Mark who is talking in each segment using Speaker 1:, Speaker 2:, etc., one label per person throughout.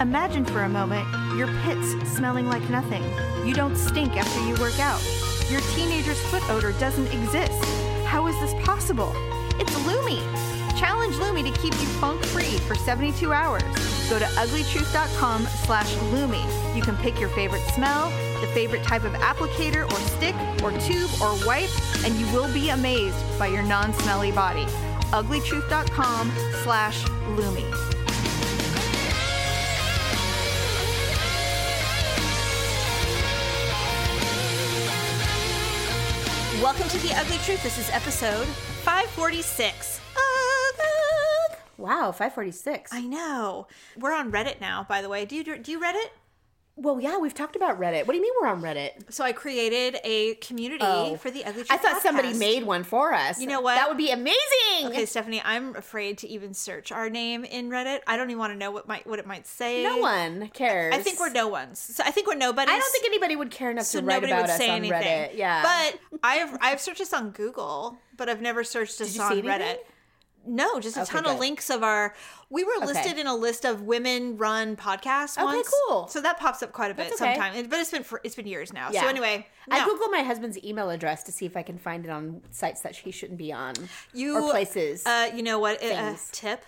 Speaker 1: Imagine for a moment your pits smelling like nothing. You don't stink after you work out. Your teenager's foot odor doesn't exist. How is this possible? It's Lumi! Challenge Lumi to keep you funk free for 72 hours. Go to uglytruth.com slash Lumi. You can pick your favorite smell, the favorite type of applicator or stick or tube or wipe, and you will be amazed by your non-smelly body. uglytruth.com slash Lumi.
Speaker 2: Welcome to The Ugly Truth. This is episode 546. Ugh.
Speaker 3: Wow, 546.
Speaker 2: I know. We're on Reddit now, by the way. Do you do you Reddit?
Speaker 3: well, yeah, we've talked about Reddit. What do you mean we're on Reddit?
Speaker 2: So I created a community for The Ugly Truth.
Speaker 3: Oh. I thought somebody
Speaker 2: podcast.
Speaker 3: made one for us.
Speaker 2: You know what?
Speaker 3: That would be amazing.
Speaker 2: Okay, Stephanie, I'm afraid to even search our name in Reddit. I don't even want to know what might what it might say.
Speaker 3: No one cares.
Speaker 2: I think we're no ones. So I think we're nobody.
Speaker 3: I don't think anybody would care enough
Speaker 2: so
Speaker 3: to write
Speaker 2: nobody
Speaker 3: about
Speaker 2: would
Speaker 3: us
Speaker 2: say
Speaker 3: on
Speaker 2: anything.
Speaker 3: Reddit. Yeah.
Speaker 2: But I've I've searched this on Google, but I've never searched this
Speaker 3: you
Speaker 2: on
Speaker 3: see
Speaker 2: Reddit.
Speaker 3: anything?
Speaker 2: No, just a
Speaker 3: Okay,
Speaker 2: ton of
Speaker 3: good.
Speaker 2: links of our. We were listed in a list of women-run podcasts.
Speaker 3: Okay,
Speaker 2: once,
Speaker 3: cool.
Speaker 2: So that pops up quite a bit
Speaker 3: okay.
Speaker 2: sometimes, but it's been for, it's been years now.
Speaker 3: Yeah.
Speaker 2: So anyway,
Speaker 3: I
Speaker 2: no.
Speaker 3: Google my husband's email address to see if I can find it on sites that he shouldn't be on
Speaker 2: you
Speaker 3: or places.
Speaker 2: Uh, you know what? A
Speaker 3: Things.
Speaker 2: tip.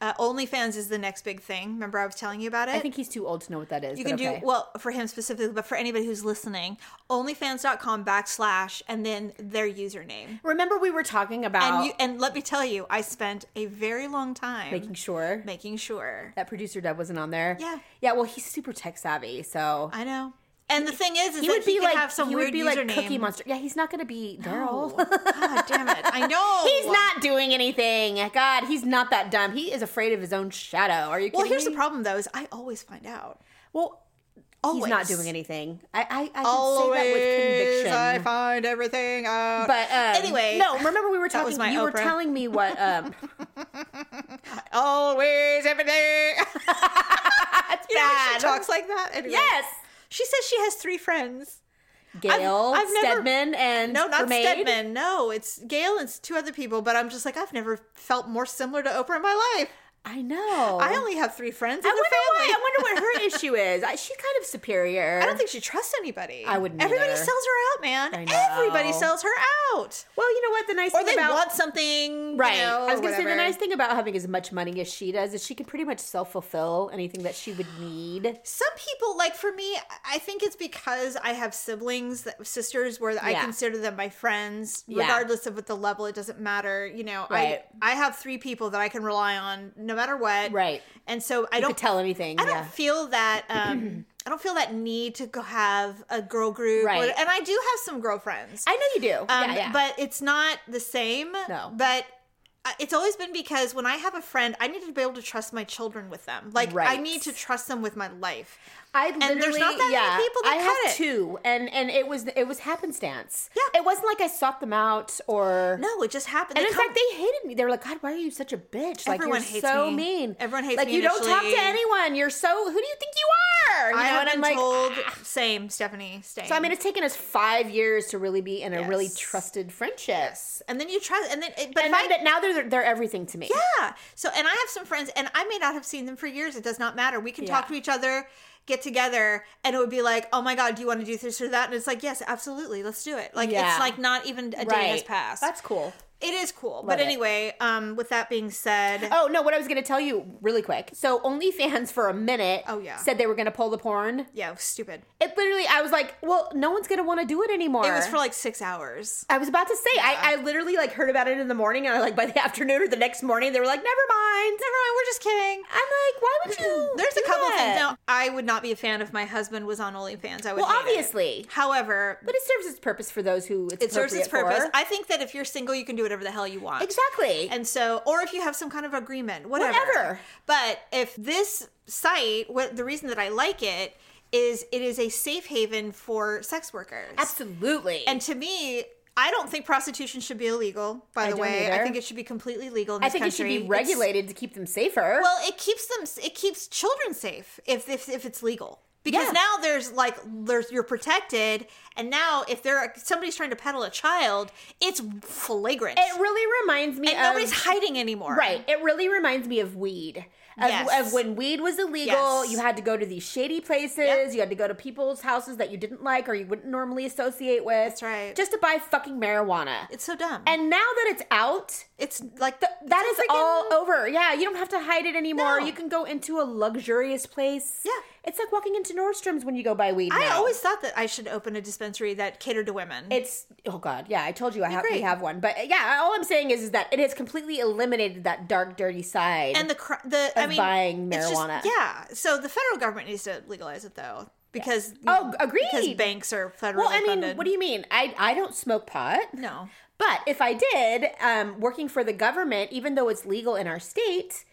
Speaker 2: Uh, OnlyFans is the next big thing. Remember, I was telling you about it.
Speaker 3: I think he's too old to know what that is.
Speaker 2: You
Speaker 3: but
Speaker 2: can
Speaker 3: okay.
Speaker 2: do well for him specifically, but for anybody who's listening, onlyfans.com backslash and then their username.
Speaker 3: Remember, we were talking about
Speaker 2: And you and let me tell you, I spent a very long time
Speaker 3: making sure
Speaker 2: making sure.
Speaker 3: that producer Deb wasn't on there.
Speaker 2: Yeah.
Speaker 3: Yeah. Well, he's super tech savvy, so
Speaker 2: I know. And the thing is, is
Speaker 3: he
Speaker 2: that
Speaker 3: would
Speaker 2: he
Speaker 3: be
Speaker 2: could
Speaker 3: like
Speaker 2: have some
Speaker 3: he
Speaker 2: weird
Speaker 3: would be
Speaker 2: username.
Speaker 3: like Cookie Monster. Yeah, he's not gonna be girl.
Speaker 2: Oh, God damn it! I know
Speaker 3: He's not doing anything. God, he's not that dumb. He is afraid of his own shadow. Are you kidding
Speaker 2: Well, here's
Speaker 3: me?
Speaker 2: the problem though: is I always find out.
Speaker 3: Well,
Speaker 2: Always.
Speaker 3: he's not doing anything. I I, I should
Speaker 2: Always,
Speaker 3: say that with conviction.
Speaker 2: I find everything out.
Speaker 3: but um,
Speaker 2: anyway,
Speaker 3: no. Remember, we were talking.
Speaker 2: was my
Speaker 3: you were
Speaker 2: Oprah.
Speaker 3: telling me what. Um,
Speaker 2: always everything.
Speaker 3: that's
Speaker 2: You know when she talks like that. Anyway.
Speaker 3: Yes,
Speaker 2: She says she has three friends.
Speaker 3: Gail,
Speaker 2: I've never-
Speaker 3: Stedman, and
Speaker 2: No, not
Speaker 3: Vermaid.
Speaker 2: Stedman. No, it's Gail and two other people. But I'm just like, I've never felt more similar to Oprah in my life.
Speaker 3: I know.
Speaker 2: I only have three friends.
Speaker 3: Oh. I
Speaker 2: In
Speaker 3: wonder
Speaker 2: family.
Speaker 3: why. I wonder what her issue is. I, she's kind of superior.
Speaker 2: I don't think she trusts anybody.
Speaker 3: I wouldn't
Speaker 2: Everybody
Speaker 3: either.
Speaker 2: sells her out, man.
Speaker 3: I know.
Speaker 2: Everybody sells her out.
Speaker 3: Well, you know what? The nice
Speaker 2: Or
Speaker 3: thing
Speaker 2: they
Speaker 3: about
Speaker 2: want something. you
Speaker 3: Right.
Speaker 2: know,
Speaker 3: I was going to say the
Speaker 2: whatever.
Speaker 3: nice thing about having as much money as she does is she can pretty much self fulfill anything that she would need.
Speaker 2: Some people, like for me, I think it's because I have siblings, that, sisters, where I
Speaker 3: Yeah.
Speaker 2: consider them my friends,
Speaker 3: Yeah.
Speaker 2: regardless of what the level. It doesn't matter. You know,
Speaker 3: Right.
Speaker 2: I I have three people that I can rely on no matter what.
Speaker 3: Right.
Speaker 2: And so I
Speaker 3: You
Speaker 2: don't
Speaker 3: could tell anything.
Speaker 2: I don't
Speaker 3: yeah.
Speaker 2: feel that. Um, I don't feel that need to go have a girl group. or-
Speaker 3: Right.
Speaker 2: and I do have some girlfriends.
Speaker 3: I know you do.
Speaker 2: Um,
Speaker 3: yeah, yeah.
Speaker 2: But it's not the same.
Speaker 3: No.
Speaker 2: But uh, it's always been because when I have a friend, I need to be able to trust my children with them. Like I
Speaker 3: Right.
Speaker 2: need to trust them with my life.
Speaker 3: I
Speaker 2: there's
Speaker 3: literally-
Speaker 2: not that many
Speaker 3: yeah,
Speaker 2: people that
Speaker 3: I
Speaker 2: cut
Speaker 3: have
Speaker 2: it.
Speaker 3: two, and and it was it was happenstance.
Speaker 2: Yeah.
Speaker 3: It wasn't like I sought them out or.
Speaker 2: No, it just happened.
Speaker 3: And
Speaker 2: They
Speaker 3: in
Speaker 2: come-
Speaker 3: fact, they hated me. They were like, "God, why are you such a bitch? Like
Speaker 2: Everyone
Speaker 3: you're
Speaker 2: hates
Speaker 3: so
Speaker 2: me.
Speaker 3: mean.
Speaker 2: Everyone hates
Speaker 3: like
Speaker 2: me
Speaker 3: you don't talk to
Speaker 2: initially.
Speaker 3: anyone. You're so. Who do you think you are? You
Speaker 2: I
Speaker 3: know,
Speaker 2: have
Speaker 3: and
Speaker 2: been
Speaker 3: I'm like,
Speaker 2: told same, Stephanie. Same.
Speaker 3: so I mean, it's taken us five years to really be in a really
Speaker 2: Yes.
Speaker 3: trusted friendship.
Speaker 2: and then you trust, and then it, but if
Speaker 3: and now
Speaker 2: I-
Speaker 3: that now they're they're everything to me.
Speaker 2: Yeah. So, and I have some friends, and I may not have seen them for years. It does not matter. We can talk
Speaker 3: Yeah.
Speaker 2: to each other, get together, and it would be like, oh my God, do you want to do this or that? And it's like, yes, absolutely. Let's do it. Like,
Speaker 3: Yeah.
Speaker 2: it's like not even a day has passed.
Speaker 3: That's cool.
Speaker 2: it is cool. but
Speaker 3: Love it.
Speaker 2: anyway, um, with that being said,
Speaker 3: Oh no, what I was going to tell you really quick. So OnlyFans for a minute.
Speaker 2: Oh, yeah.
Speaker 3: Said they were going to pull the porn.
Speaker 2: yeah, stupid.
Speaker 3: It literally, I was like, well, no one's going to want to do it anymore.
Speaker 2: It was for like six hours.
Speaker 3: I was about to say, I, I literally like heard about it in the morning, and I like by the afternoon or the next morning, they were like, never mind.
Speaker 2: Never mind. We're just kidding.
Speaker 3: I'm like, why would you?
Speaker 2: There's a
Speaker 3: do
Speaker 2: couple
Speaker 3: that?
Speaker 2: things. Now, I would not be a fan if my husband was on OnlyFans. I would.
Speaker 3: Well,
Speaker 2: hate it.
Speaker 3: obviously.
Speaker 2: However,
Speaker 3: But it serves its purpose for those who it's
Speaker 2: it serves its
Speaker 3: appropriate
Speaker 2: purpose.
Speaker 3: for.
Speaker 2: I think that if you're single, you can do whatever the hell you want.
Speaker 3: exactly.
Speaker 2: And so, or if you have some kind of agreement, whatever.
Speaker 3: Whatever.
Speaker 2: But if this site, what the reason that I like it is it is a safe haven for sex workers.
Speaker 3: Absolutely.
Speaker 2: And to me, I don't think prostitution should be illegal, by the
Speaker 3: I don't
Speaker 2: way. I
Speaker 3: either.
Speaker 2: think it should be completely legal in
Speaker 3: I
Speaker 2: this
Speaker 3: think it should
Speaker 2: country.
Speaker 3: be
Speaker 2: It's-
Speaker 3: regulated to keep them safer.
Speaker 2: well, it keeps them it keeps children safe if if, if it's legal. Because
Speaker 3: Yeah.
Speaker 2: now there's like there's you're protected and now if there somebody's trying to peddle a child, it's flagrant.
Speaker 3: It really um, reminds me
Speaker 2: and
Speaker 3: of
Speaker 2: nobody's hiding anymore.
Speaker 3: right. It really reminds me of weed. of,
Speaker 2: Yes.
Speaker 3: of when weed was illegal.
Speaker 2: Yes.
Speaker 3: You had to go to these shady places.
Speaker 2: Yep.
Speaker 3: You had to go to people's houses that you didn't like or you wouldn't normally associate with.
Speaker 2: That's right.
Speaker 3: Just to buy fucking marijuana.
Speaker 2: It's so dumb.
Speaker 3: and now that it's out,
Speaker 2: it's like the,
Speaker 3: th- that
Speaker 2: it's
Speaker 3: is
Speaker 2: a freaking-
Speaker 3: all over. Yeah, you don't have to hide it anymore.
Speaker 2: No.
Speaker 3: You can go into a luxurious place.
Speaker 2: Yeah.
Speaker 3: It's like walking into Nordstrom's when you go buy weed.
Speaker 2: I
Speaker 3: now.
Speaker 2: always thought that I should open a dispensary that catered to women.
Speaker 3: It's oh god, yeah. I told you I have we
Speaker 2: great.
Speaker 3: have one, but uh, yeah. All I'm saying is, is that it has completely eliminated that dark, dirty side.
Speaker 2: and the cr- the I
Speaker 3: Of
Speaker 2: mean
Speaker 3: buying
Speaker 2: it's just-
Speaker 3: marijuana.
Speaker 2: yeah. So the federal government needs to legalize it though because
Speaker 3: Oh, agreed.
Speaker 2: Because banks are federally
Speaker 3: well, I mean,
Speaker 2: funded.
Speaker 3: what do you mean? I I don't smoke pot.
Speaker 2: No.
Speaker 3: But if I did, um, working for the government, even though it's legal in our state,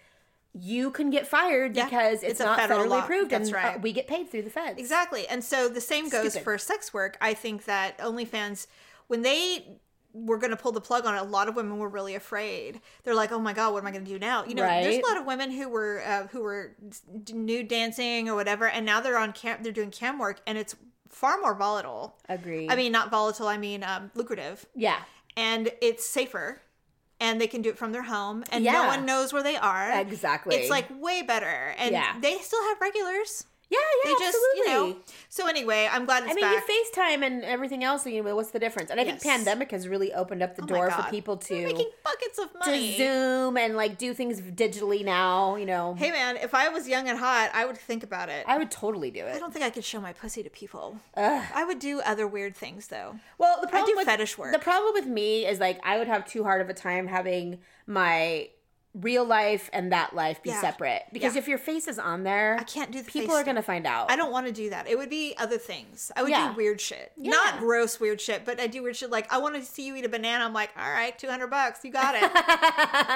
Speaker 3: you can get fired
Speaker 2: Yeah,
Speaker 3: because it's,
Speaker 2: it's a
Speaker 3: not
Speaker 2: federal
Speaker 3: federally
Speaker 2: law.
Speaker 3: approved,
Speaker 2: That's
Speaker 3: and
Speaker 2: right.
Speaker 3: uh, we get paid through the feds.
Speaker 2: Exactly. And so the same goes
Speaker 3: Stupid.
Speaker 2: for sex work. I think that OnlyFans, when they were going to pull the plug on it, a lot of women were really afraid. They're like, "Oh my god, what am I going to do now?" You know, there's
Speaker 3: Right.
Speaker 2: a lot of women who were uh, who were d- nude dancing or whatever, and now they're on cam. They're doing cam work, and it's far more volatile.
Speaker 3: Agreed.
Speaker 2: I mean, not volatile. I mean, um, lucrative,
Speaker 3: Yeah,
Speaker 2: and it's safer. And they can do it from their home, and no
Speaker 3: Yeah.
Speaker 2: one knows where they are.
Speaker 3: Exactly.
Speaker 2: it's like way better, and
Speaker 3: Yeah.
Speaker 2: they still have regulars
Speaker 3: yeah, yeah.
Speaker 2: they just
Speaker 3: absolutely.
Speaker 2: you know so anyway i'm glad it's
Speaker 3: I mean,
Speaker 2: back
Speaker 3: you FaceTime and everything else. You know, what's the difference? And I
Speaker 2: Yes.
Speaker 3: think pandemic has really opened up the
Speaker 2: Oh my
Speaker 3: door for
Speaker 2: God.
Speaker 3: people
Speaker 2: We're
Speaker 3: to
Speaker 2: making buckets of money
Speaker 3: to Zoom and like do things digitally now. You know,
Speaker 2: hey man if i was young and hot i would think about it i,
Speaker 3: I would totally do it.
Speaker 2: don't think i could show my pussy to people i would do other weird things though
Speaker 3: Well, the problem
Speaker 2: do
Speaker 3: with,
Speaker 2: fetish work.
Speaker 3: The problem with me is like I would have too hard of a time having my real life and that life be
Speaker 2: Yeah.
Speaker 3: separate because
Speaker 2: Yeah.
Speaker 3: if your face is on there,
Speaker 2: I can't do the
Speaker 3: people
Speaker 2: face
Speaker 3: are gonna find out.
Speaker 2: i don't want to do that it would be other things i would
Speaker 3: Oh. Yeah.
Speaker 2: do weird shit
Speaker 3: Yeah.
Speaker 2: not gross weird shit but i do weird shit like i want to see you eat a banana i'm like all right 200 bucks you got it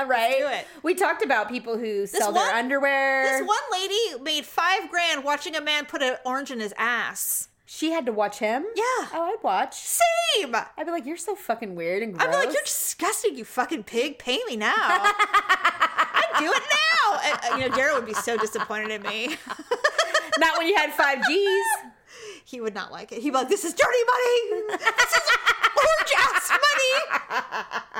Speaker 3: right?
Speaker 2: do it.
Speaker 3: We talked about people who sell
Speaker 2: one-
Speaker 3: their underwear.
Speaker 2: this one lady made five grand watching a man put an orange in his ass
Speaker 3: she had to watch him.
Speaker 2: Yeah.
Speaker 3: Oh, I'd watch.
Speaker 2: same
Speaker 3: I'd be like, you're so fucking weird and gross.
Speaker 2: I'd be like, you're disgusting, you fucking pig. Pay me now. I'd do it now. And, uh, you know, Garrett would be so disappointed in me.
Speaker 3: not when you had five Gs.
Speaker 2: He would not like it. He'd be like, this is dirty money. This is orange ass money.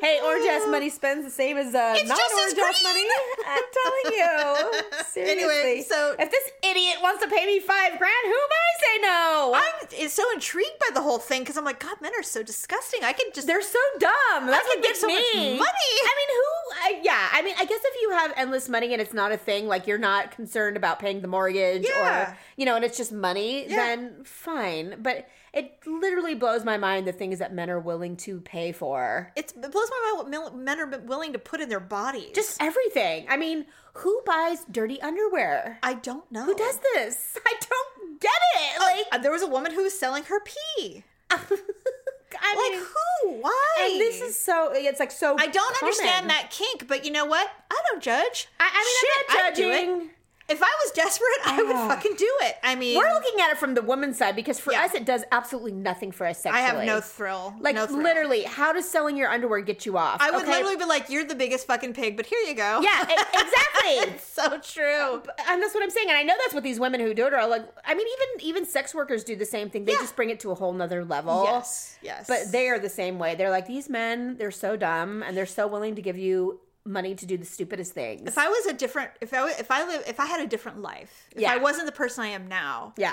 Speaker 3: Hey, orange ass money spends the same as uh,
Speaker 2: Ah. It's
Speaker 3: not
Speaker 2: just as
Speaker 3: orange ass
Speaker 2: green.
Speaker 3: money. I'm telling you. Seriously.
Speaker 2: Anyway, so-
Speaker 3: if this idiot wants to pay me five grand, who am I to say no?
Speaker 2: I'm is so intrigued by the whole thing because I'm like, God, men are so disgusting. I could just.
Speaker 3: They're so dumb. That's
Speaker 2: could
Speaker 3: what
Speaker 2: make
Speaker 3: gets
Speaker 2: so
Speaker 3: me.
Speaker 2: much money.
Speaker 3: I mean, who? I, yeah, I mean, I guess if you have endless money and it's not a thing, like you're not concerned about paying the mortgage
Speaker 2: Yeah.
Speaker 3: or you know, and it's just money,
Speaker 2: Yeah.
Speaker 3: then fine. But it literally blows my mind the things that men are willing to pay for.
Speaker 2: it's, it blows my mind what mil- men are willing to put in their bodies.
Speaker 3: Just everything. I mean, who buys dirty underwear?
Speaker 2: I don't know.
Speaker 3: Who does this? I don't get it.
Speaker 2: Like,
Speaker 3: Like,
Speaker 2: there was a woman who was selling her pee.
Speaker 3: I
Speaker 2: Like,
Speaker 3: mean,
Speaker 2: who? Why?
Speaker 3: and this is so. It's like so.
Speaker 2: I don't
Speaker 3: common.
Speaker 2: understand that kink, but you know what? I don't judge.
Speaker 3: I, I mean,
Speaker 2: Shit, I'd
Speaker 3: I'm
Speaker 2: do
Speaker 3: not
Speaker 2: it.
Speaker 3: judging.
Speaker 2: If I was desperate, I would
Speaker 3: Ugh.
Speaker 2: fucking do it. I mean,
Speaker 3: We're looking at it from the woman's side because for
Speaker 2: Yeah.
Speaker 3: us, it does absolutely nothing for us
Speaker 2: I have
Speaker 3: sexually.
Speaker 2: no thrill.
Speaker 3: like
Speaker 2: no thrill.
Speaker 3: literally, how does selling your underwear get you off?
Speaker 2: I would
Speaker 3: Okay.
Speaker 2: literally be like, "You're the biggest fucking pig," but here you go.
Speaker 3: yeah, e- exactly.
Speaker 2: it's so true.
Speaker 3: And that's what I'm saying, and I know that's what these women who do it are like. I mean, even even sex workers do the same thing. They
Speaker 2: Yeah.
Speaker 3: just bring it to a whole nother level.
Speaker 2: Yes, yes.
Speaker 3: But they are the same way. They're like these men. They're so dumb, and they're so willing to give you money to do the stupidest things.
Speaker 2: if I was a different, if I if I live, if I had a different life, if
Speaker 3: Yeah.
Speaker 2: I wasn't the person I am now,
Speaker 3: yeah,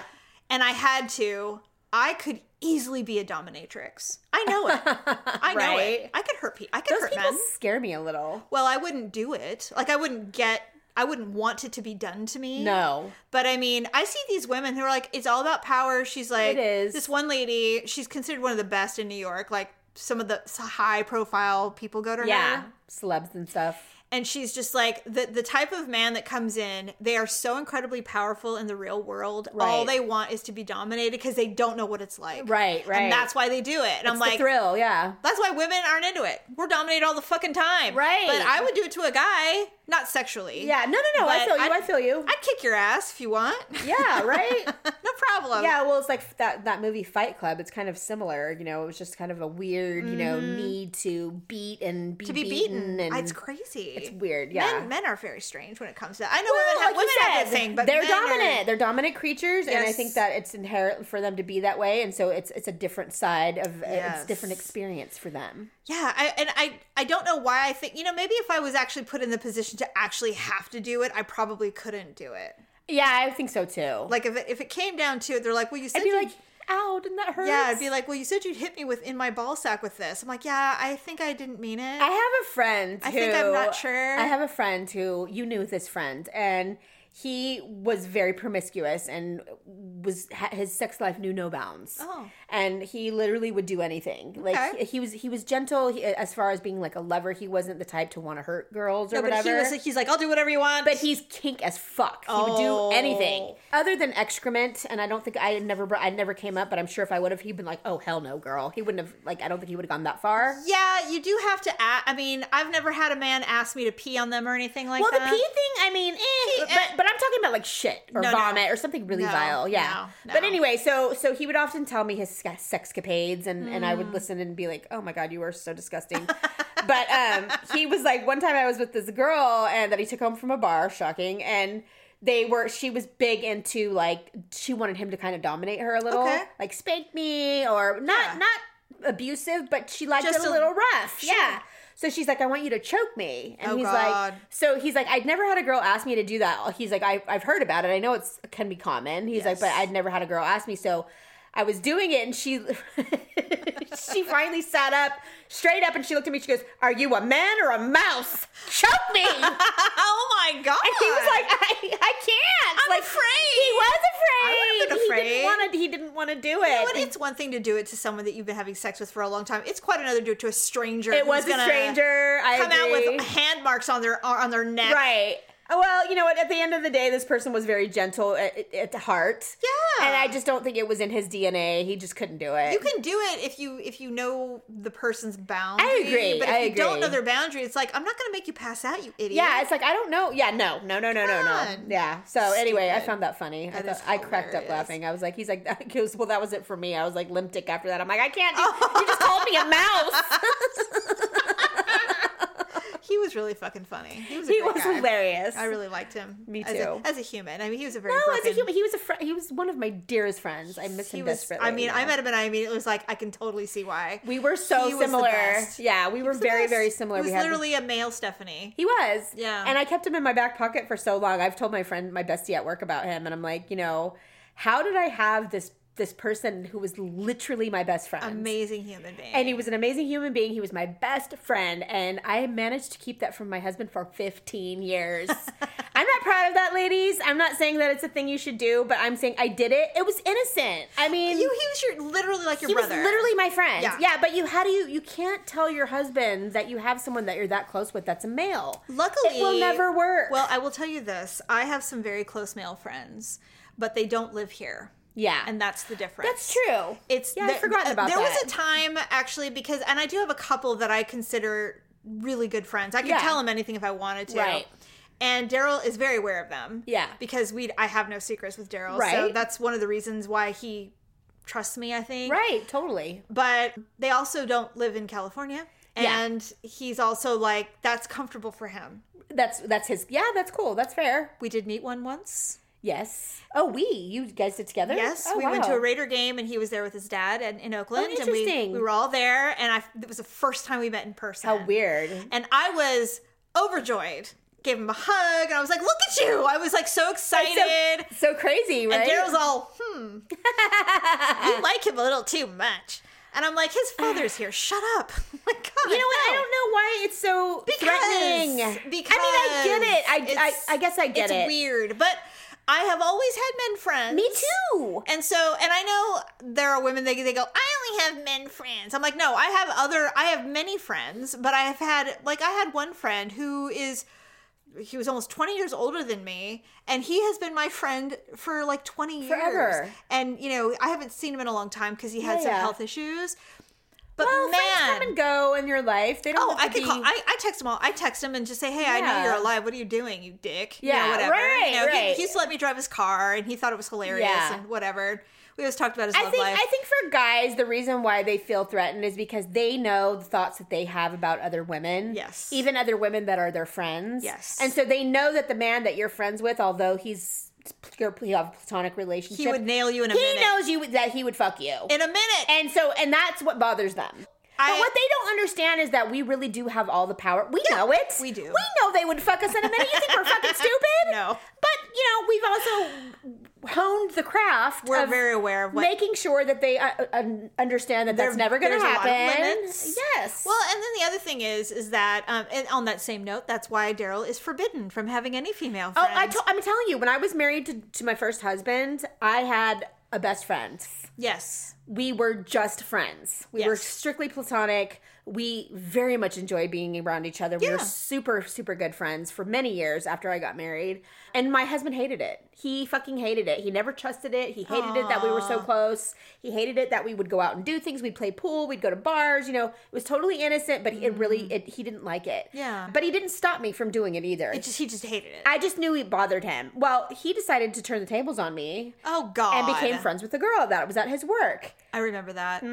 Speaker 2: and I had to, I could easily be a dominatrix. I know it. I know
Speaker 3: Right.
Speaker 2: it. I could hurt people. I could
Speaker 3: those
Speaker 2: hurt
Speaker 3: people
Speaker 2: men.
Speaker 3: scare me a little.
Speaker 2: Well, I wouldn't do it. Like I wouldn't get I wouldn't want it to be done to me.
Speaker 3: No.
Speaker 2: But I mean, I see these women who are like, it's all about power. She's like
Speaker 3: It is.
Speaker 2: this one lady, she's considered one of the best in New York. Like some of the high profile people go to her.
Speaker 3: Yeah, celebs and stuff.
Speaker 2: And she's just like the the type of man that comes in, they are so incredibly powerful in the real world. All
Speaker 3: Right.
Speaker 2: they want is to be dominated because they don't know what it's like.
Speaker 3: Right, right.
Speaker 2: And that's why they do it. And I'm
Speaker 3: It's
Speaker 2: like
Speaker 3: the thrill. Yeah.
Speaker 2: that's why women aren't into it. We're dominated all the fucking time.
Speaker 3: Right.
Speaker 2: But I would do it to a guy, not sexually.
Speaker 3: Yeah, no, no, no. I
Speaker 2: But
Speaker 3: feel you.
Speaker 2: I'd-
Speaker 3: I feel you.
Speaker 2: I'd kick your ass if you want.
Speaker 3: yeah, right.
Speaker 2: no Pablo.
Speaker 3: Yeah, well, it's like that that movie Fight Club. It's kind of similar. You know, it was just kind of a weird, you know, need to beat and be
Speaker 2: Mm-hmm. to be beaten. Ah,
Speaker 3: and
Speaker 2: it's crazy.
Speaker 3: it's weird. Yeah.
Speaker 2: Men, men are very strange when it comes to that. I know
Speaker 3: Well,
Speaker 2: women have
Speaker 3: like you
Speaker 2: women have that
Speaker 3: said,
Speaker 2: thing, but
Speaker 3: they're
Speaker 2: men are-
Speaker 3: dominant. They're dominant creatures, and I think
Speaker 2: Yes.
Speaker 3: that it's inherent for them to be that way. And so it's it's a different side of it's
Speaker 2: Yes.
Speaker 3: a different experience for them.
Speaker 2: Yeah, I, and I I don't know why I think you know maybe if I was actually put in the position to actually have to do it, I probably couldn't do it.
Speaker 3: Yeah, I think so too. Like,
Speaker 2: Like if it, if it came down to it, they're like, well, you said
Speaker 3: I'd be
Speaker 2: you-
Speaker 3: like, ow, didn't that hurt?
Speaker 2: yeah, I'd be like, well, you said you'd hit me with in my ball sack with this. I'm like, yeah, I think I didn't mean it.
Speaker 3: I have a friend. Who,
Speaker 2: I think I'm not sure.
Speaker 3: I have a friend who you knew this friend, and he was very promiscuous and was ha- his sex life knew no bounds.
Speaker 2: Oh.
Speaker 3: and he literally would do anything. Like
Speaker 2: Okay.
Speaker 3: he, he was he was gentle he, as far as being like a lover. He wasn't the type to want to hurt girls or
Speaker 2: no,
Speaker 3: whatever.
Speaker 2: but he was like, he's like, I'll do whatever you want.
Speaker 3: But he's kink as fuck. He would
Speaker 2: Oh.
Speaker 3: do anything other than excrement. And I don't think I had never, br- I never came up. But I'm sure if I would have, he'd been like, "Oh hell no, girl." He wouldn't have like. I don't think he would have gone that far.
Speaker 2: yeah, you do have to. a I I mean, I've never had a man ask me to pee on them or anything like
Speaker 3: Well, the
Speaker 2: that.
Speaker 3: pee thing, I mean, eh,
Speaker 2: eh.
Speaker 3: but but I'm talking about like shit or
Speaker 2: No, no.
Speaker 3: vomit or something really
Speaker 2: No,
Speaker 3: vile. Yeah.
Speaker 2: no, no.
Speaker 3: But anyway, so so he would often tell me his sca- sexcapades, and and I would
Speaker 2: Mm.
Speaker 3: listen and be like, oh my god, you are so disgusting. but um, he was like, one time I was with this girl and that he took home from a bar, shocking, and. They were. She was big into like she wanted him to kind of dominate her a little,
Speaker 2: Okay.
Speaker 3: like spank me or not
Speaker 2: Yeah.
Speaker 3: not abusive, but she liked
Speaker 2: Just
Speaker 3: it a
Speaker 2: a-
Speaker 3: little rough.
Speaker 2: Sure.
Speaker 3: Yeah. So she's like, I want you to choke me, and
Speaker 2: Oh,
Speaker 3: he's like,
Speaker 2: God.
Speaker 3: so he's like, I'd never had a girl ask me to do that. He's like, I, I've heard about it. I know it's can be common. He's
Speaker 2: Yes.
Speaker 3: like, but I'd never had a girl ask me. So I was doing it, and she, she finally sat up, straight up, and she looked at me. She goes, "Are you a man or a mouse? Choke me!" and
Speaker 2: oh my god!
Speaker 3: he was like, "I, I can't."
Speaker 2: I'm
Speaker 3: like,
Speaker 2: afraid.
Speaker 3: He was afraid.
Speaker 2: I would've been
Speaker 3: He
Speaker 2: afraid.
Speaker 3: didn't want to. He didn't want to do
Speaker 2: You know
Speaker 3: it.
Speaker 2: what? It's one thing to do it to someone that you've been having sex with for a long time. It's quite another to do it to a stranger.
Speaker 3: it
Speaker 2: who's
Speaker 3: was a
Speaker 2: gonna
Speaker 3: stranger. I
Speaker 2: Come out
Speaker 3: agree.
Speaker 2: with hand marks on their on their neck.
Speaker 3: Right. Oh, Well, you know what? At the end of the day, this person was very gentle at, at- at the heart.
Speaker 2: Yeah.
Speaker 3: And I just don't think it was in his DNA. He just couldn't do it.
Speaker 2: You can do it if you if you know the person's boundary.
Speaker 3: agree,
Speaker 2: But if
Speaker 3: I
Speaker 2: you don't
Speaker 3: agree.
Speaker 2: know their boundary, it's like I'm not going to make you pass out, you idiot.
Speaker 3: yeah, it's like I don't know. Yeah, no, no, no, no, no, no.
Speaker 2: God.
Speaker 3: Yeah. So anyway, I
Speaker 2: Stupid.
Speaker 3: found that funny. I,
Speaker 2: That is
Speaker 3: thought, I cracked up
Speaker 2: hilarious.
Speaker 3: laughing. I was like, he's like, he goes, well, that was it for me. I was like limp-dick after that. I'm like, I can't. Do, You just called me a mouse.
Speaker 2: he was really fucking funny. He was a
Speaker 3: he
Speaker 2: great
Speaker 3: was
Speaker 2: guy.
Speaker 3: hilarious.
Speaker 2: I really liked him.
Speaker 3: Me
Speaker 2: As a,
Speaker 3: too.
Speaker 2: as a human, I mean, he was a very
Speaker 3: no, as
Speaker 2: broken-
Speaker 3: a human, he was a friend. He was one of my dearest friends. I miss
Speaker 2: He
Speaker 3: him
Speaker 2: was.
Speaker 3: desperately.
Speaker 2: I mean,
Speaker 3: yeah.
Speaker 2: I met him and I immediately was like, I can totally see why.
Speaker 3: We were so
Speaker 2: He was the
Speaker 3: similar.
Speaker 2: best.
Speaker 3: Yeah, we
Speaker 2: He
Speaker 3: were
Speaker 2: was the
Speaker 3: very,
Speaker 2: best.
Speaker 3: very similar.
Speaker 2: He was
Speaker 3: we had the
Speaker 2: literally a male Stephanie.
Speaker 3: He was.
Speaker 2: Yeah.
Speaker 3: And I kept him in my back pocket for so long. I've told my friend, my bestie at work about him, and I'm like, you know, how did I have this this person who was literally my best friend?
Speaker 2: Amazing human being.
Speaker 3: And he was an amazing human being. He was my best friend, and I managed to keep that from my husband for 15 years. I'm not proud of that, ladies. I'm not saying that it's a thing you should do, but I'm saying I did it. It was innocent. I mean,
Speaker 2: You, he was your literally like your
Speaker 3: he
Speaker 2: brother.
Speaker 3: was literally my friend. Yeah.
Speaker 2: Yeah.
Speaker 3: but you how do you you can't tell your husband that you have someone that you're that close with that's a male.
Speaker 2: Luckily,
Speaker 3: it will never work.
Speaker 2: Well, I will tell you this: I have some very close male friends, but they don't live here,
Speaker 3: yeah,
Speaker 2: and that's the difference.
Speaker 3: that's true.
Speaker 2: It's
Speaker 3: yeah, I'd
Speaker 2: there-
Speaker 3: forgotten
Speaker 2: uh,
Speaker 3: about
Speaker 2: there
Speaker 3: that.
Speaker 2: was a time actually because, and I do have a couple that I consider really good friends. I could
Speaker 3: Yeah.
Speaker 2: tell them anything if I wanted to.
Speaker 3: Right.
Speaker 2: And Daryl is very aware of them.
Speaker 3: Yeah.
Speaker 2: Because we, I have no secrets with Daryl. So
Speaker 3: Right.
Speaker 2: that's one of the reasons why he trusts me. I think.
Speaker 3: right, totally.
Speaker 2: but they also don't live in California.
Speaker 3: Yeah.
Speaker 2: And he's also like, that's comfortable for him.
Speaker 3: That's that's his. Yeah, that's cool. That's fair.
Speaker 2: We did meet one once.
Speaker 3: Yes. Oh, we you guys did together.
Speaker 2: Yes,
Speaker 3: Oh,
Speaker 2: we went to
Speaker 3: wow. Oh,
Speaker 2: a Raider game, and he was there with his dad and in Oakland, and we,
Speaker 3: interesting.
Speaker 2: we were all there. And I, it was the first time we met in person.
Speaker 3: How weird.
Speaker 2: And I was overjoyed. Gave him a hug, and I was like, "Look at you!" I was like so
Speaker 3: So,
Speaker 2: excited.
Speaker 3: so crazy, right?
Speaker 2: and Daryl's all, "Hmm, you like him a little too much." And I'm like, "His father's here. Shut up!" Oh my God,
Speaker 3: You know what? I
Speaker 2: no.
Speaker 3: don't know why it's so threatening.
Speaker 2: Because
Speaker 3: I mean, I get it. I,
Speaker 2: it's-
Speaker 3: I, I guess I get
Speaker 2: it's
Speaker 3: it.
Speaker 2: weird, but I have always had men friends.
Speaker 3: Me too.
Speaker 2: And so, and I know there are women they they go, I only have men friends. I'm like, no, I have other, I have many friends, but I have had like I had one friend who is. He was almost 20 years older than me, and he has been my friend for like 20 years.
Speaker 3: Forever.
Speaker 2: And, you know, I haven't seen him in a long time because he had
Speaker 3: Yeah,
Speaker 2: some
Speaker 3: yeah.
Speaker 2: health issues. But
Speaker 3: Well, friends
Speaker 2: man,
Speaker 3: come and go in your life. They don't.
Speaker 2: oh, I
Speaker 3: have to
Speaker 2: could
Speaker 3: be-
Speaker 2: call. I, I text him all. I text him and just say, "Hey, I know
Speaker 3: Yeah.
Speaker 2: you're alive. What are you doing, you dick? You
Speaker 3: Yeah,
Speaker 2: know, whatever.
Speaker 3: right,
Speaker 2: you know, he-
Speaker 3: right.
Speaker 2: He, used to let me drive his car, and he thought it was hilarious
Speaker 3: Yeah.
Speaker 2: and whatever. We always talked about his
Speaker 3: I
Speaker 2: love
Speaker 3: think
Speaker 2: life.
Speaker 3: I think for guys, the reason why they feel threatened is because they know the thoughts that they have about other women.
Speaker 2: Yes.
Speaker 3: Even other women that are their friends.
Speaker 2: Yes.
Speaker 3: And so they know that the man that you're friends with, although he's you have a platonic relationship,
Speaker 2: he would nail you in a
Speaker 3: he
Speaker 2: minute.
Speaker 3: knows you that he would fuck you.
Speaker 2: in a minute.
Speaker 3: and so and that's what bothers them.
Speaker 2: I-
Speaker 3: but what they don't understand is that we really do have all the power. We know it.
Speaker 2: we do.
Speaker 3: We know they would fuck us in a minute. You think we're fucking stupid?
Speaker 2: No.
Speaker 3: But you know, we've also honed the craft.
Speaker 2: We're
Speaker 3: of
Speaker 2: very aware of what
Speaker 3: making sure that they uh, uh, understand that that's
Speaker 2: There-
Speaker 3: never going to
Speaker 2: there's a lot
Speaker 3: happen.
Speaker 2: of limits.
Speaker 3: Yes.
Speaker 2: Well, and then the other thing is, is that um, and on that same note, that's why Daryl is forbidden from having any female
Speaker 3: oh,
Speaker 2: friends.
Speaker 3: I to- I'm telling you, when I was married to, to my first husband, I had a best friend.
Speaker 2: yes,
Speaker 3: We were just friends. We were
Speaker 2: Yes.
Speaker 3: strictly platonic. We very much enjoyed being around each other. We were
Speaker 2: Yeah.
Speaker 3: super, super good friends for many years after I got married. And my husband hated it. He fucking hated it. He never trusted it. He hated it that we were so close. He hated it that we would go out and do things. We'd play pool. We'd go to bars. You know, it was totally innocent, but it really, it, he didn't like it.
Speaker 2: Mm. Yeah.
Speaker 3: But he didn't stop me from doing it either.
Speaker 2: it just he just hated it.
Speaker 3: I just knew it bothered him. Well, he decided to turn the tables on me
Speaker 2: oh God,
Speaker 3: and became Mm. friends with a girl that was at his work.
Speaker 2: I remember that.